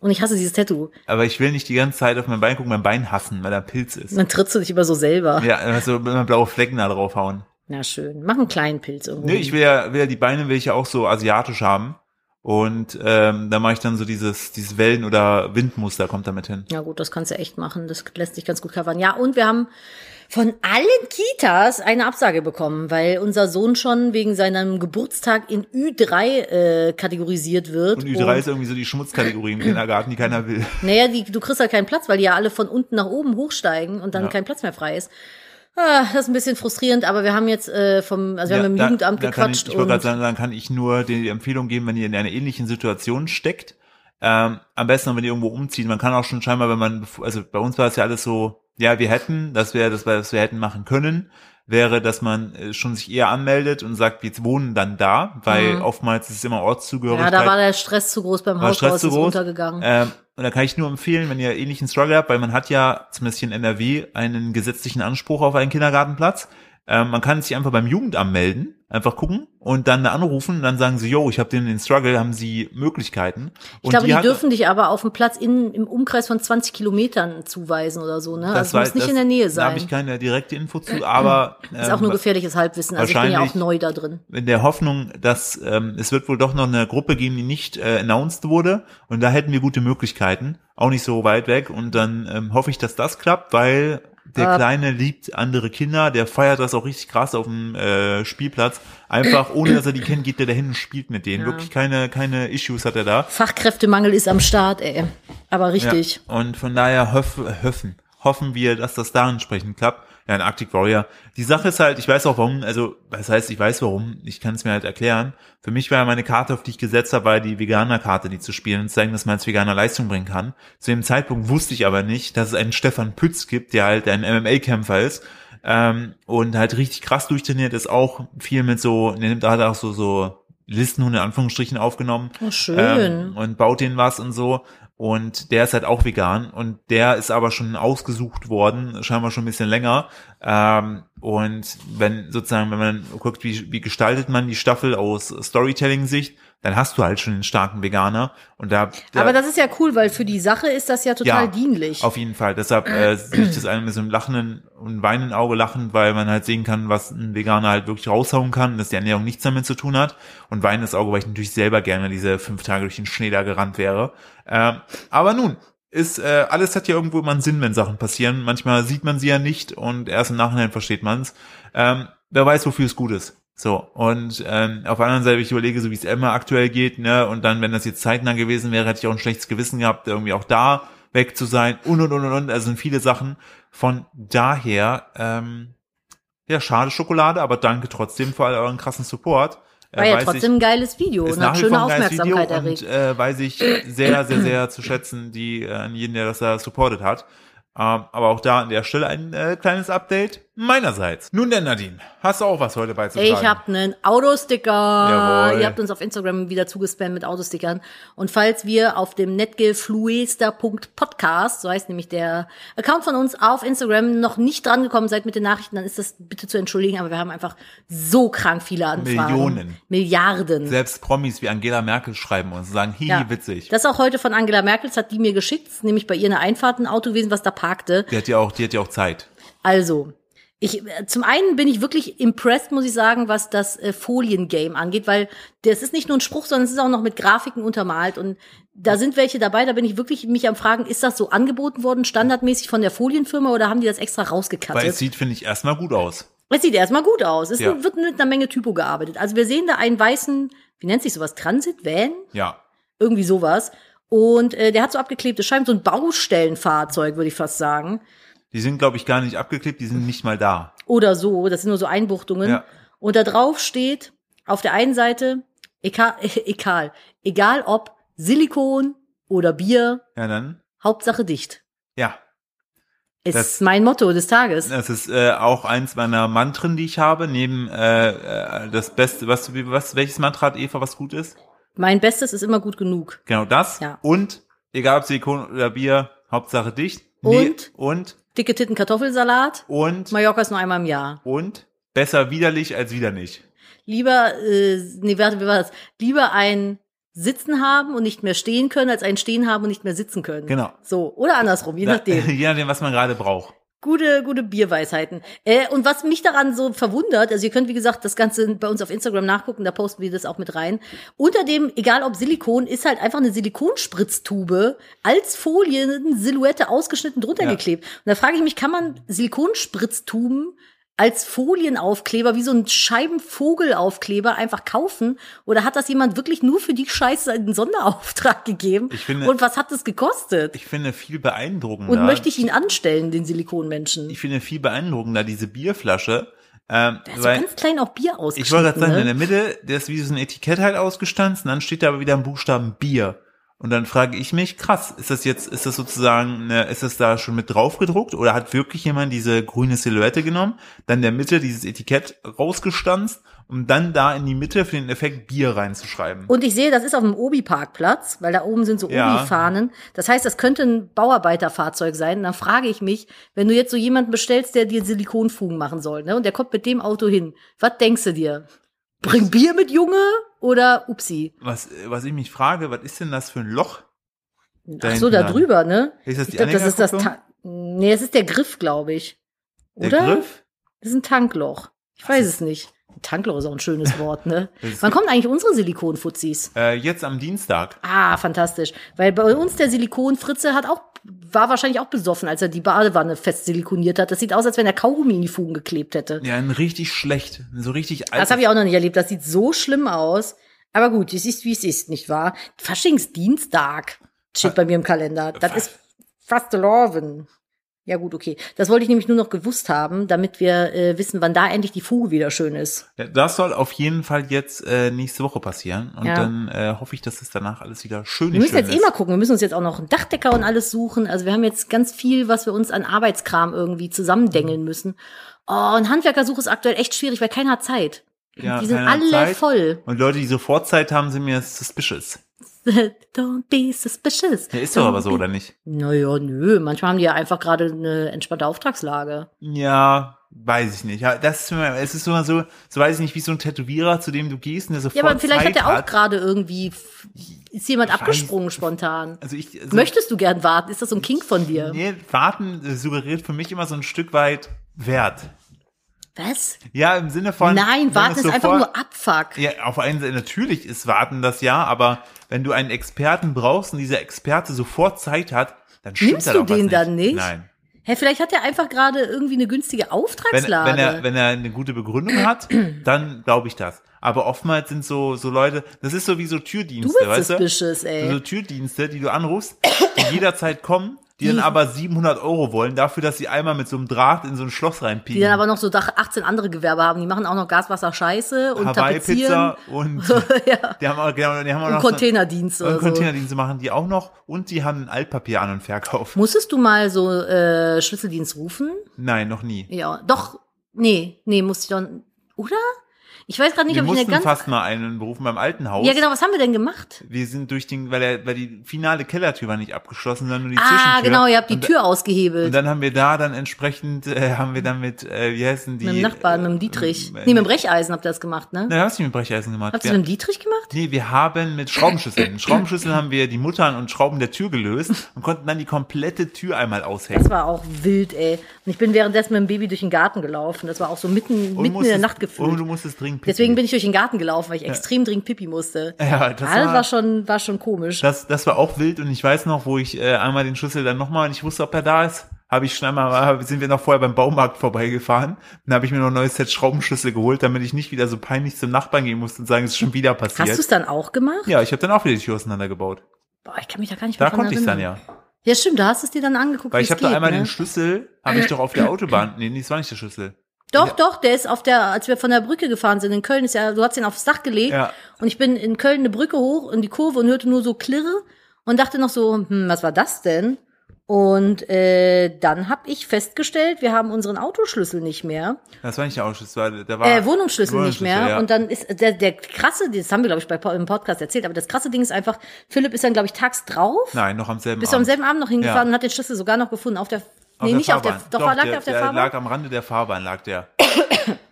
Speaker 2: Und ich hasse dieses Tattoo.
Speaker 1: Aber ich will nicht die ganze Zeit auf mein Bein gucken, mein Bein hassen, weil da ein Pilz ist.
Speaker 2: Dann trittst du dich immer so selber.
Speaker 1: Ja, also immer blaue Flecken da draufhauen.
Speaker 2: Na schön. Mach einen kleinen Pilz irgendwo.
Speaker 1: Nee, ich will ja, will ja die Beine will ich ja auch so asiatisch haben. Und ähm, da mache ich dann so dieses, dieses Wellen- oder Windmuster kommt damit hin.
Speaker 2: Na gut, das kannst du echt machen. Das lässt sich ganz gut covern. Ja, und wir haben von allen Kitas eine Absage bekommen, weil unser Sohn schon wegen seinem Geburtstag in Ü3 äh, kategorisiert wird.
Speaker 1: Und Ü3 ist irgendwie so die Schmutzkategorie im Kindergarten, die keiner will.
Speaker 2: naja, die, du kriegst halt keinen Platz, weil die ja alle von unten nach oben hochsteigen und dann
Speaker 1: Ja.
Speaker 2: kein Platz mehr frei ist. Ah, das ist ein bisschen frustrierend, aber wir haben jetzt äh, vom, also wir haben
Speaker 1: Ja,
Speaker 2: im
Speaker 1: da-
Speaker 2: Jugendamt
Speaker 1: da kann
Speaker 2: gequatscht
Speaker 1: Ich, ich wollte
Speaker 2: und
Speaker 1: gerade sagen, dann kann ich nur die die Empfehlung geben, wenn ihr in einer ähnlichen Situation steckt, ähm, am besten, wenn ihr irgendwo umzieht. Man kann auch schon scheinbar, wenn man, bevor- also bei uns war es ja alles so, ja, wir hätten, das wäre das, was wir hätten machen können, wäre, dass man äh, schon sich eher anmeldet und sagt, wir wohnen dann da, weil oftmals ist es immer
Speaker 2: Mhm. ja,
Speaker 1: Ortszugehörigkeit.
Speaker 2: da war der Stress zu groß beim
Speaker 1: war
Speaker 2: Haus,
Speaker 1: Stress zu groß.
Speaker 2: untergegangen.
Speaker 1: Ähm, und da kann ich nur empfehlen, wenn ihr ähnlichen Struggle habt, weil man hat ja, zumindest hier in NRW, einen gesetzlichen Anspruch auf einen Kindergartenplatz. Ähm, man kann sich einfach beim Jugendamt melden, einfach gucken und dann da anrufen und dann sagen sie, yo, ich habe den, den Struggle, haben sie Möglichkeiten.
Speaker 2: Ich
Speaker 1: und
Speaker 2: glaube, die,
Speaker 1: hat-
Speaker 2: dürfen dich aber auf dem Platz in, im Umkreis von 20 Kilometern zuweisen oder so, ne? also, es muss
Speaker 1: weiß-
Speaker 2: nicht in der Nähe
Speaker 1: Da
Speaker 2: sein.
Speaker 1: habe ich keine direkte Info zu, aber
Speaker 2: ist auch nur
Speaker 1: ähm,
Speaker 2: gefährliches Halbwissen. Also ich bin ja auch
Speaker 1: wahrscheinlich-
Speaker 2: neu da drin.
Speaker 1: in der Hoffnung, dass ähm, es wird wohl doch noch eine Gruppe geben, die nicht äh, announced wurde. Und da hätten wir gute Möglichkeiten, auch nicht so weit weg. Und dann ähm, hoffe ich, dass das klappt, weil der
Speaker 2: Ah.
Speaker 1: Kleine liebt andere Kinder, der feiert das auch richtig krass auf dem äh, Spielplatz. Einfach, ohne dass er die kennt, geht er dahin und spielt mit denen.
Speaker 2: Ja.
Speaker 1: Wirklich keine, keine Issues hat er da.
Speaker 2: Fachkräftemangel ist am Start, ey. Aber
Speaker 1: Ja.
Speaker 2: richtig.
Speaker 1: Und von daher hoff, hoffen, hoffen wir, dass das da entsprechend klappt. Nein, Arctic Warrior. Die Sache ist halt, ich weiß auch warum, also das heißt, ich weiß warum, ich kann es mir halt erklären. Für mich war ja meine Karte, auf die ich gesetzt habe, war die Veganer-Karte, die zu spielen und zeigen, dass man als Veganer Leistung bringen kann. Zu dem Zeitpunkt wusste ich aber nicht, dass es einen Stefan Pütz gibt, der halt ein MMA-Kämpfer ist ähm, und halt richtig krass durchtrainiert ist, auch viel mit so, der nimmt hat auch so, so Listenhunde in Anführungsstrichen aufgenommen.
Speaker 2: Oh, schön.
Speaker 1: Ähm, und baut denen was und so. Und der ist halt auch vegan und der ist aber schon ausgesucht worden, scheinbar schon ein bisschen länger. Ähm, und wenn sozusagen, wenn man guckt, wie, wie gestaltet man die Staffel aus Storytelling-Sicht, dann hast du halt schon den starken Veganer. Und da, da
Speaker 2: Aber das ist ja cool, weil für die Sache ist das ja total dienlich.
Speaker 1: auf jeden Fall. Deshalb äh, sehe ich das einem mit so einem lachenden und weinenden Auge lachen, weil man halt sehen kann, was ein Veganer halt wirklich raushauen kann, dass die Ernährung nichts damit zu tun hat. Und weinendes Auge, weil ich natürlich selber gerne diese fünf Tage durch den Schnee da gerannt wäre. Ähm, aber nun, ist, äh, alles hat ja irgendwo immer einen Sinn, wenn Sachen passieren. Manchmal sieht man sie ja nicht und erst im Nachhinein versteht man's. Ähm, wer weiß, wofür es gut ist. So, und ähm, auf der anderen Seite, wenn ich überlege, so wie es Emma aktuell geht, ne, und dann, wenn das jetzt zeitnah gewesen wäre, hätte ich auch ein schlechtes Gewissen gehabt, irgendwie auch da weg zu sein und und und und und. Also sind viele Sachen. Von daher, ähm, ja, schade Schokolade, aber danke trotzdem für all euren krassen Support. Äh,
Speaker 2: War ja
Speaker 1: weiß ich-
Speaker 2: trotzdem ein geiles Video
Speaker 1: ist
Speaker 2: und
Speaker 1: nach
Speaker 2: hat
Speaker 1: wie vor
Speaker 2: schöne
Speaker 1: ein geiles Video
Speaker 2: Aufmerksamkeit
Speaker 1: und
Speaker 2: erregt.
Speaker 1: äh, weiß ich sehr, sehr, sehr zu schätzen, die äh, an jeden, der das da supportet hat. Ähm, aber auch da an der Stelle ein äh, kleines Update meinerseits. Nun denn, Nadine, hast du auch was heute beizutragen?
Speaker 2: Ich habe einen Autosticker.
Speaker 1: Jawohl.
Speaker 2: Ihr habt uns auf Instagram wieder zugespammt mit Autostickern. Und falls wir auf dem netgefluester.podcast, so heißt nämlich der Account von uns auf Instagram, noch nicht drangekommen seid mit den Nachrichten, dann ist das bitte zu entschuldigen, aber wir haben einfach so krank viele Anfragen.
Speaker 1: Millionen.
Speaker 2: Milliarden.
Speaker 1: Selbst Promis wie Angela Merkel schreiben uns und sagen, hihi, witzig.
Speaker 2: Das ist auch heute von Angela Merkel, das hat die mir geschickt, ist nämlich bei ihr eine Einfahrt ein Auto gewesen, was da parkte.
Speaker 1: Die hat ja auch, die hat ja auch Zeit.
Speaker 2: Also, ich, zum einen bin ich wirklich impressed, muss ich sagen, was das äh, Foliengame angeht, weil das ist nicht nur ein Spruch, sondern es ist auch noch mit Grafiken untermalt und da sind welche dabei, da bin ich wirklich mich am Fragen, ist das so angeboten worden, standardmäßig von der Folienfirma oder haben die das extra
Speaker 1: Weil
Speaker 2: rausgekattet?
Speaker 1: es sieht, finde ich, erstmal gut aus.
Speaker 2: Es sieht erstmal gut aus. Es
Speaker 1: Ja.
Speaker 2: wird mit einer Menge Typo gearbeitet. Also wir sehen da einen weißen, wie nennt sich sowas, Transit, Van?
Speaker 1: Ja.
Speaker 2: irgendwie sowas. Und äh, der hat so abgeklebte Scheiben, so ein Baustellenfahrzeug, würde ich fast sagen.
Speaker 1: Die sind, glaube ich, gar nicht abgeklebt, die sind nicht mal da.
Speaker 2: Oder so, das sind nur so Einbuchtungen.
Speaker 1: Ja.
Speaker 2: Und da drauf steht auf der einen Seite, egal, egal, egal ob Silikon oder Bier,
Speaker 1: Ja, dann.
Speaker 2: Hauptsache dicht.
Speaker 1: Ja.
Speaker 2: Ist
Speaker 1: Das-
Speaker 2: mein Motto des Tages.
Speaker 1: Das ist äh, auch eins meiner Mantren, die ich habe, neben äh, äh, das Beste, was, wie- was welches Mantra hat Eva, was gut ist?
Speaker 2: Mein Bestes ist immer gut genug.
Speaker 1: Genau das.
Speaker 2: Ja.
Speaker 1: Und egal ob Silikon oder Bier, Hauptsache dicht. Nee,
Speaker 2: Und?
Speaker 1: und
Speaker 2: Dicke Titten Kartoffelsalat.
Speaker 1: und
Speaker 2: Mallorca ist nur einmal im Jahr.
Speaker 1: und besser widerlich als wieder nicht.
Speaker 2: Lieber, äh, nee, warte, wie war das? Lieber ein Sitzen haben und nicht mehr stehen können, als ein Stehen haben und nicht mehr sitzen können.
Speaker 1: Genau.
Speaker 2: So, oder andersrum, je nachdem.
Speaker 1: Je nachdem, was man gerade braucht.
Speaker 2: Gute, gute Bierweisheiten. Äh, und was mich daran so verwundert, also ihr könnt, wie gesagt, das Ganze bei uns auf Instagram nachgucken, da posten wir das auch mit rein. Unter dem, egal ob Silikon, ist halt einfach eine Silikonspritztube als Folien-Silhouette ausgeschnitten drunter
Speaker 1: Ja.
Speaker 2: geklebt. Und da frage ich mich, kann man Silikonspritztuben als Folienaufkleber, wie so ein Scheibenvogelaufkleber einfach kaufen? Oder hat das jemand wirklich nur für die Scheiße einen Sonderauftrag gegeben?
Speaker 1: Ich finde-
Speaker 2: und was hat das gekostet?
Speaker 1: Ich finde viel beeindruckender.
Speaker 2: Und möchte ich ihn anstellen, den Silikonmenschen?
Speaker 1: ich finde viel beeindruckender diese Bierflasche, ähm,
Speaker 2: Da ist so
Speaker 1: weil
Speaker 2: Also ganz klein auch Bier ausgeschnitten.
Speaker 1: Ich wollte gerade sagen, in
Speaker 2: ne?
Speaker 1: der Mitte, das ist wie so ein Etikett halt ausgestanzt und dann steht da aber wieder ein Buchstaben Bier. Und dann frage ich mich, krass, ist das jetzt, ist das sozusagen, eine, ist das da schon mit drauf gedruckt oder hat wirklich jemand diese grüne Silhouette genommen, dann in der Mitte dieses Etikett rausgestanzt, um dann da in die Mitte für den Effekt Bier reinzuschreiben?
Speaker 2: Und ich sehe, das ist auf dem Obi-Parkplatz, weil da oben sind so
Speaker 1: Ja.
Speaker 2: Obi-Fahnen. Das heißt, das könnte ein Bauarbeiterfahrzeug sein. Und dann frage ich mich, wenn du jetzt so jemanden bestellst, der dir Silikonfugen machen soll, ne? Und der kommt mit dem Auto hin. Was denkst du dir? Bring Bier mit Junge oder Upsi?
Speaker 1: was, was ich mich frage, was ist denn das für ein Loch? Da
Speaker 2: Ach so,
Speaker 1: hinten
Speaker 2: da
Speaker 1: dran.
Speaker 2: drüber, ne?
Speaker 1: Ist das
Speaker 2: Ich
Speaker 1: die
Speaker 2: glaube, das ist das.
Speaker 1: Anhängerkupplung?
Speaker 2: Ta nee, das ist der Griff, glaube ich.
Speaker 1: Der
Speaker 2: Oder?
Speaker 1: Griff?
Speaker 2: Das ist ein Tankloch. Ich weiß es nicht. Ein Tankloch ist auch ein schönes Wort, ne?
Speaker 1: Das ist-
Speaker 2: Wann kommen eigentlich unsere Silikonfuzis?
Speaker 1: Äh, jetzt am Dienstag.
Speaker 2: Ah, fantastisch. Weil bei uns der Silikonfritze hat auch, war wahrscheinlich auch besoffen, als er die Badewanne fest silikoniert hat. Das sieht aus, als wenn er Kaugummi in die Fugen geklebt hätte.
Speaker 1: Ja, also ein richtig schlecht, ein so richtig alt.
Speaker 2: Das habe ich auch noch nicht erlebt. Das sieht so schlimm aus. Aber gut, es ist, wie es ist, nicht wahr? Faschingsdienstag steht bei mir im Kalender. Das ist fast Lorven. Ja gut, okay. Das wollte ich nämlich nur noch gewusst haben, damit wir äh, wissen, wann da endlich die Fuge wieder schön ist.
Speaker 1: Ja, Das soll auf jeden Fall jetzt äh, nächste Woche passieren. Und
Speaker 2: Ja.
Speaker 1: dann äh, hoffe ich, dass es danach alles wieder schön ist.
Speaker 2: Wir müssen
Speaker 1: Schön
Speaker 2: jetzt eh
Speaker 1: ist.
Speaker 2: mal gucken. Wir müssen uns jetzt auch noch einen Dachdecker und alles suchen. Also wir haben jetzt ganz viel, was wir uns an Arbeitskram irgendwie zusammendengeln müssen. Oh, und Handwerkersuche ist aktuell echt schwierig, weil keiner hat Zeit.
Speaker 1: Ja,
Speaker 2: die sind
Speaker 1: keiner hat
Speaker 2: alle
Speaker 1: Zeit.
Speaker 2: voll.
Speaker 1: Und Leute, die sofort Zeit haben, sind mir suspicious.
Speaker 2: Don't be suspicious.
Speaker 1: Ja, ist doch
Speaker 2: Mhm.
Speaker 1: aber so, oder nicht?
Speaker 2: Naja, nö. Manchmal haben die ja einfach gerade eine entspannte Auftragslage.
Speaker 1: Ja, weiß ich nicht. Ja, das ist immer, es ist immer so, so weiß ich nicht, wie so ein Tätowierer, zu dem du gehst und der sofort
Speaker 2: Ja, aber vielleicht
Speaker 1: Zeit
Speaker 2: hat er auch gerade irgendwie, ist jemand
Speaker 1: Ich weiß-
Speaker 2: abgesprungen spontan.
Speaker 1: Also ich, also,
Speaker 2: Möchtest du gern warten? Ist das so ein King von dir?
Speaker 1: nee, warten äh, suggeriert für mich immer so ein Stück weit Wert.
Speaker 2: Was?
Speaker 1: Ja, im Sinne von. wenn
Speaker 2: Nein, warten
Speaker 1: es
Speaker 2: ist einfach
Speaker 1: sofort-
Speaker 2: nur Abfuck.
Speaker 1: Ja, auf einen Seite, natürlich ist Warten das ja, aber wenn du einen Experten brauchst und dieser Experte sofort Zeit hat, dann stimmt
Speaker 2: Nimmst
Speaker 1: da
Speaker 2: du
Speaker 1: doch was
Speaker 2: den dann nicht?
Speaker 1: Nein.
Speaker 2: Hä, vielleicht hat er einfach gerade irgendwie eine günstige
Speaker 1: Wenn,
Speaker 2: Auftragslage.
Speaker 1: wenn, er, wenn er eine gute Begründung hat, dann glaube ich das. Aber oftmals sind so, so Leute, das ist so wie so
Speaker 2: du
Speaker 1: Türdienste,
Speaker 2: bist
Speaker 1: weißt du? Also-
Speaker 2: suspicious, ey.
Speaker 1: So Türdienste, die du anrufst, die jederzeit kommen, die dann aber 700 Euro wollen, dafür, dass sie einmal mit so einem Draht in so ein Schloss
Speaker 2: die dann
Speaker 1: reinpieken.
Speaker 2: aber noch so dach- 18 andere Gewerbe haben. Die machen auch noch Gaswasser Scheiße und Tapezieren
Speaker 1: Hawaii-Pizza und die haben auch, genau, die haben auch
Speaker 2: und
Speaker 1: noch so-
Speaker 2: Containerdienst
Speaker 1: Und
Speaker 2: oder so.
Speaker 1: Äh, Containerdienste machen die auch noch und die haben Altpapier an und Verkauf.
Speaker 2: Musstest du mal so äh, Schlüsseldienst rufen?
Speaker 1: Nein, noch nie.
Speaker 2: Ja, doch. Nee, nee, musste ich doch. Oder? Ich weiß gerade nicht,
Speaker 1: Wir
Speaker 2: ob ich eine
Speaker 1: mussten
Speaker 2: ganz.
Speaker 1: fast mal einen berufen beim alten Haus.
Speaker 2: ja, genau, was haben wir denn gemacht?
Speaker 1: Wir sind durch den, weil, er, weil die finale Kellertür war nicht abgeschlossen, sondern nur die
Speaker 2: Ah,
Speaker 1: Zwischentür.
Speaker 2: genau, ihr habt die
Speaker 1: und,
Speaker 2: Tür
Speaker 1: Und
Speaker 2: ausgehebelt.
Speaker 1: dann haben wir da dann entsprechend, äh, haben wir dann mit, äh, wie heißen die?
Speaker 2: mit dem Nachbarn, mit dem Dietrich. nee, mit dem Brecheisen habt ihr das gemacht, ne?
Speaker 1: Nein, wir haben es nicht mit Brecheisen gemacht.
Speaker 2: habt ihr
Speaker 1: wir,
Speaker 2: es mit dem Dietrich gemacht?
Speaker 1: Nee, wir haben mit Schraubenschlüsseln. Schraubenschlüsseln haben wir die Muttern und Schrauben der Tür gelöst und konnten dann die komplette Tür einmal aushängen.
Speaker 2: Das war auch wild, ey. Und ich bin währenddessen mit dem Baby durch den Garten gelaufen. Das war auch so
Speaker 1: Und
Speaker 2: mitten, mitten in der
Speaker 1: musstest-
Speaker 2: Nacht
Speaker 1: Und du
Speaker 2: gefühlt.
Speaker 1: musstest dringend pissen.
Speaker 2: Deswegen bin ich durch den Garten gelaufen, weil ich extrem dringend Pipi musste.
Speaker 1: Ja, Äh, das
Speaker 2: Alles
Speaker 1: war-
Speaker 2: war, schon, war schon komisch.
Speaker 1: Das, das war auch wild und ich weiß noch, wo ich äh, einmal den Schlüssel dann nochmal, ich wusste, ob er da ist, habe ich schnell mal, hab- sind wir noch vorher beim Baumarkt vorbeigefahren. Dann habe ich mir noch ein neues Set Schraubenschlüssel geholt, damit ich nicht wieder so peinlich zum Nachbarn gehen musste und sagen, es ist schon wieder
Speaker 2: Hast
Speaker 1: passiert.
Speaker 2: du es dann auch gemacht?
Speaker 1: ja, ich habe dann auch wieder die Tür auseinandergebaut.
Speaker 2: Boah, ich kann mich da gar nicht
Speaker 1: Da
Speaker 2: mehr dran
Speaker 1: konnte ich dann
Speaker 2: erinnern.
Speaker 1: ja.
Speaker 2: Ja, stimmt, da hast du es dir dann angeguckt,
Speaker 1: Weil
Speaker 2: wie
Speaker 1: ich
Speaker 2: es
Speaker 1: habe da
Speaker 2: geht,
Speaker 1: einmal
Speaker 2: ne?
Speaker 1: den Schlüssel, habe ich doch auf der Autobahn. Nee, nee, das war nicht der Schlüssel.
Speaker 2: Doch, doch, der ist auf der, als wir von der Brücke gefahren sind in Köln, ist ja, du hast ihn aufs Dach gelegt
Speaker 1: Ja.
Speaker 2: und ich bin in Köln eine Brücke hoch in die Kurve und hörte nur so Klirre und dachte noch so, hm, was war das denn? Und äh, dann habe ich festgestellt, wir haben unchren Autoschlüssel nicht mehr,
Speaker 1: Das war nicht der Autoschlüssel, da war
Speaker 2: äh, Wohnungsschlüssel nicht mehr.
Speaker 1: Ah, ja.
Speaker 2: Und dann ist der, der krasse, das haben wir glaube ich bei, im Podcast erzählt, aber das krasse Ding ist einfach, Philipp ist dann glaube ich tags drauf,
Speaker 1: Nein, noch am selben
Speaker 2: bist du am
Speaker 1: Abend.
Speaker 2: selben Abend noch hingefahren
Speaker 1: Ja.
Speaker 2: und hat den Schlüssel sogar noch gefunden auf der,
Speaker 1: Auf
Speaker 2: nee
Speaker 1: der
Speaker 2: nicht auf
Speaker 1: Fahrbahn.
Speaker 2: der, doch, war lag der, auf der, Fahrbahn.
Speaker 1: lag am Rande der Fahrbahn, lag der.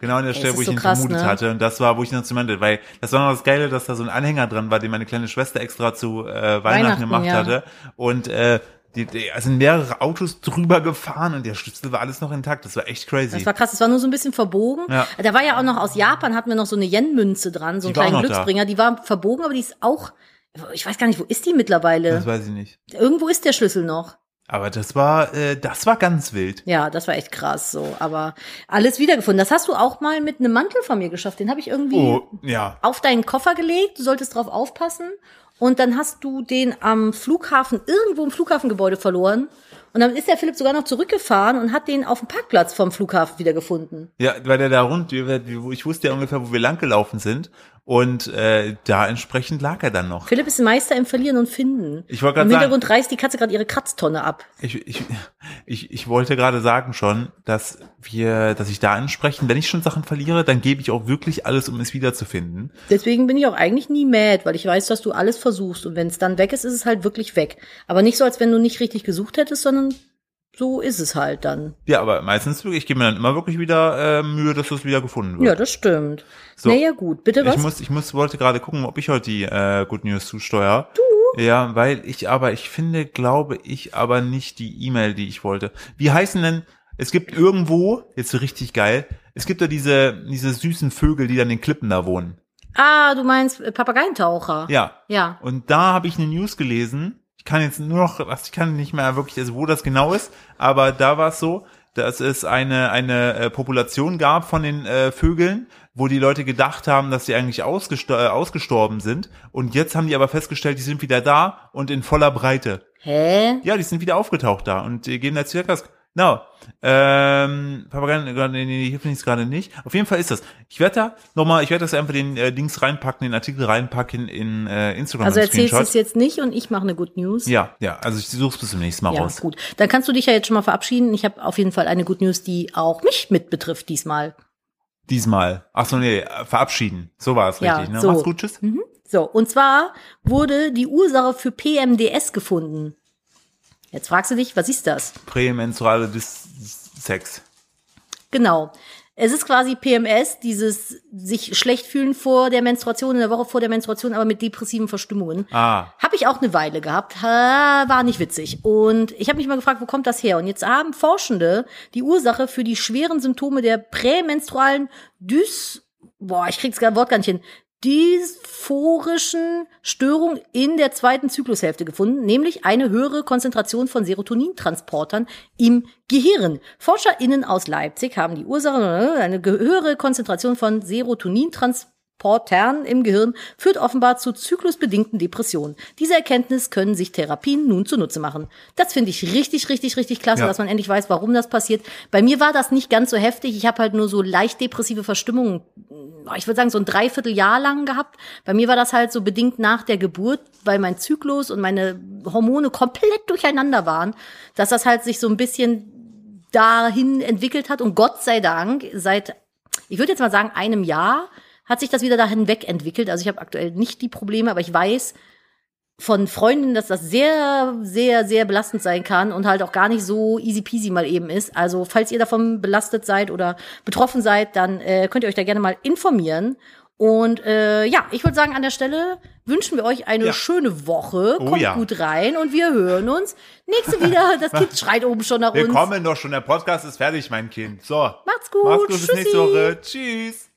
Speaker 1: genau an der Stelle,
Speaker 2: ist
Speaker 1: wo ich
Speaker 2: so
Speaker 1: ihn
Speaker 2: krass,
Speaker 1: vermutet
Speaker 2: ne?
Speaker 1: hatte. Und das war, wo ich ihn dazu meinte, weil das war noch das Geile, dass da so ein Anhänger dran war, den meine kleine Schwester extra zu äh, Weihnachten,
Speaker 2: Weihnachten,
Speaker 1: gemacht
Speaker 2: ja.
Speaker 1: hatte. Und äh, die, die, es sind mehrere Autos drüber gefahren und der Schlüssel war alles noch intakt. Das war echt crazy.
Speaker 2: Das war krass, das war nur so ein bisschen verbogen.
Speaker 1: Ja.
Speaker 2: Da war ja auch noch aus Japan, hatten wir noch so eine Yen-Münze dran, so einen
Speaker 1: Die war auch
Speaker 2: kleinen
Speaker 1: noch da.
Speaker 2: Glücksbringer. Die war verbogen, aber die ist auch, ich weiß gar nicht, wo ist die mittlerweile?
Speaker 1: das weiß ich nicht.
Speaker 2: Irgendwo ist der Schlüssel noch.
Speaker 1: Aber das war, äh, das war ganz wild.
Speaker 2: Ja, das war echt krass so. Aber alles wiedergefunden. Das hast du auch mal mit einem Mantel von mir geschafft. Den habe ich irgendwie
Speaker 1: Oh, ja.
Speaker 2: auf deinen Koffer gelegt. Du solltest drauf aufpassen. Und dann hast du den am Flughafen, irgendwo im Flughafengebäude verloren. Und dann ist der Philipp sogar noch zurückgefahren und hat den auf dem Parkplatz vom Flughafen wiedergefunden.
Speaker 1: Ja, weil der da rund, ich wusste ja ungefähr, wo wir lang gelaufen sind. Und äh, da entsprechend lag er dann noch.
Speaker 2: Philipp ist Meister im Verlieren und Finden.
Speaker 1: Ich wollte grad
Speaker 2: Im
Speaker 1: sagen-
Speaker 2: Hintergrund reißt die Katze gerade ihre Kratztonne ab.
Speaker 1: Ich, ich, ich, ich wollte gerade sagen schon, dass wir, dass ich da ansprechen, wenn ich schon Sachen verliere, dann gebe ich auch wirklich alles, um es wiederzufinden.
Speaker 2: Deswegen bin ich auch eigentlich nie mad, weil ich weiß, dass du alles versuchst. Und wenn es dann weg ist, ist es halt wirklich weg. Aber nicht so, als wenn du nicht richtig gesucht hättest, sondern so ist es halt dann.
Speaker 1: Ja, aber meistens wirklich, ich gebe mir dann immer wirklich wieder äh, Mühe, dass es wieder gefunden
Speaker 2: Ja,
Speaker 1: wird.
Speaker 2: das stimmt.
Speaker 1: So.
Speaker 2: Naja, gut. Bitte was?
Speaker 1: ich muss, ich muss, wollte gerade gucken, ob ich heute die äh, Good News zusteuere. Du? Ja, weil ich aber, ich finde, glaube ich, aber nicht die E-Mail, die ich wollte. Wie heißen denn, es gibt irgendwo, jetzt so richtig geil, es gibt da diese, diese süßen Vögel, die dann in Klippen da wohnen.
Speaker 2: ah, du meinst äh, Papageientaucher.
Speaker 1: Ja.
Speaker 2: Ja.
Speaker 1: Und da habe ich eine News gelesen. Ich kann jetzt nur noch, was ich kann nicht mehr wirklich, also wo das genau ist, aber da war es so, dass es eine eine äh, Population gab von den äh, Vögeln, wo die Leute gedacht haben, dass sie eigentlich ausgesto äh, ausgestorben sind. Und jetzt haben die aber festgestellt, die sind wieder da und in voller Breite.
Speaker 2: Hä? Also
Speaker 1: Ja, die sind wieder aufgetaucht da und die geben da Zirkas. Genau. Ähm, Papagei, nee, nee, nee, hier finde ich es gerade nicht. Auf jeden Fall ist das. Ich werde da nochmal, ich werde das einfach den äh, Dings reinpacken, den Artikel reinpacken in äh, Instagram.
Speaker 2: Also
Speaker 1: als
Speaker 2: erzählst du
Speaker 1: Screenshot.
Speaker 2: es jetzt nicht und ich mache eine Good News.
Speaker 1: Ja, ja, also ich suche es bis zum nächsten Mal
Speaker 2: Ja,
Speaker 1: raus.
Speaker 2: gut. Dann kannst du dich ja jetzt schon mal verabschieden. Ich habe auf jeden Fall eine Good News, die auch mich mit betrifft diesmal.
Speaker 1: Diesmal. Ach so, nee, äh, verabschieden. So war es
Speaker 2: Ja,
Speaker 1: richtig. Ne?
Speaker 2: so.
Speaker 1: Macht's gut, tschüss.
Speaker 2: Mhm. So, und zwar wurde die Ursache für PMDS gefunden. Jetzt fragst du dich, was ist das?
Speaker 1: Prämenstruale Dis Sex.
Speaker 2: Genau. Es ist quasi PMS, dieses sich schlecht fühlen vor der Menstruation, in der Woche vor der Menstruation, aber mit depressiven Verstimmungen.
Speaker 1: Ah.
Speaker 2: Habe ich auch eine Weile gehabt, ha, war nicht witzig. Und ich habe mich mal gefragt, wo kommt das her? Und jetzt haben Forschende die Ursache für die schweren Symptome der prämenstrualen Dys, boah, ich krieg's gar Wort gar nicht hin, dysphorischen Störung in der zweiten Zyklushälfte gefunden, nämlich eine höhere Konzentration von Serotonintransportern im Gehirn. ForscherInnen aus Leipzig haben die Ursache, äh, eine ge- höhere Konzentration von Serotonintransportern Portern im Gehirn führt offenbar zu zyklusbedingten Depressionen. Diese Erkenntnis können sich Therapien nun zunutze machen. Das finde ich richtig, richtig, richtig klasse,
Speaker 1: Ja.
Speaker 2: dass man endlich weiß, warum das passiert. Bei mir war das nicht ganz so heftig. Ich habe halt nur so leicht depressive Verstimmungen, oh, ich würde sagen, so ein Dreivierteljahr lang gehabt. Bei mir war das halt so bedingt nach der Geburt, weil mein Zyklus und meine Hormone komplett durcheinander waren, dass das halt sich so ein bisschen dahin entwickelt hat. Und Gott sei Dank, seit, ich würde jetzt mal sagen, einem Jahr hat sich das wieder dahin wegentwickelt. Also ich habe aktuell nicht die Probleme, aber ich weiß von Freundinnen, dass das sehr, sehr, sehr belastend sein kann und halt auch gar nicht so easy peasy mal eben ist. Also falls ihr davon belastet seid oder betroffen seid, dann äh, könnt ihr euch da gerne mal informieren. Und äh, ja, ich würde sagen, an der Stelle wünschen wir euch eine
Speaker 1: Ja.
Speaker 2: schöne Woche.
Speaker 1: Oh
Speaker 2: Kommt
Speaker 1: ja.
Speaker 2: gut rein und wir hören uns. Nächste wieder, das Kind schreit oben schon nach
Speaker 1: Wir
Speaker 2: uns.
Speaker 1: kommen doch schon, der Podcast ist fertig, mein Kind. So.
Speaker 2: Macht's gut,
Speaker 1: Macht's gut, bis
Speaker 2: tschüssi.
Speaker 1: nächste Woche. Tschüss.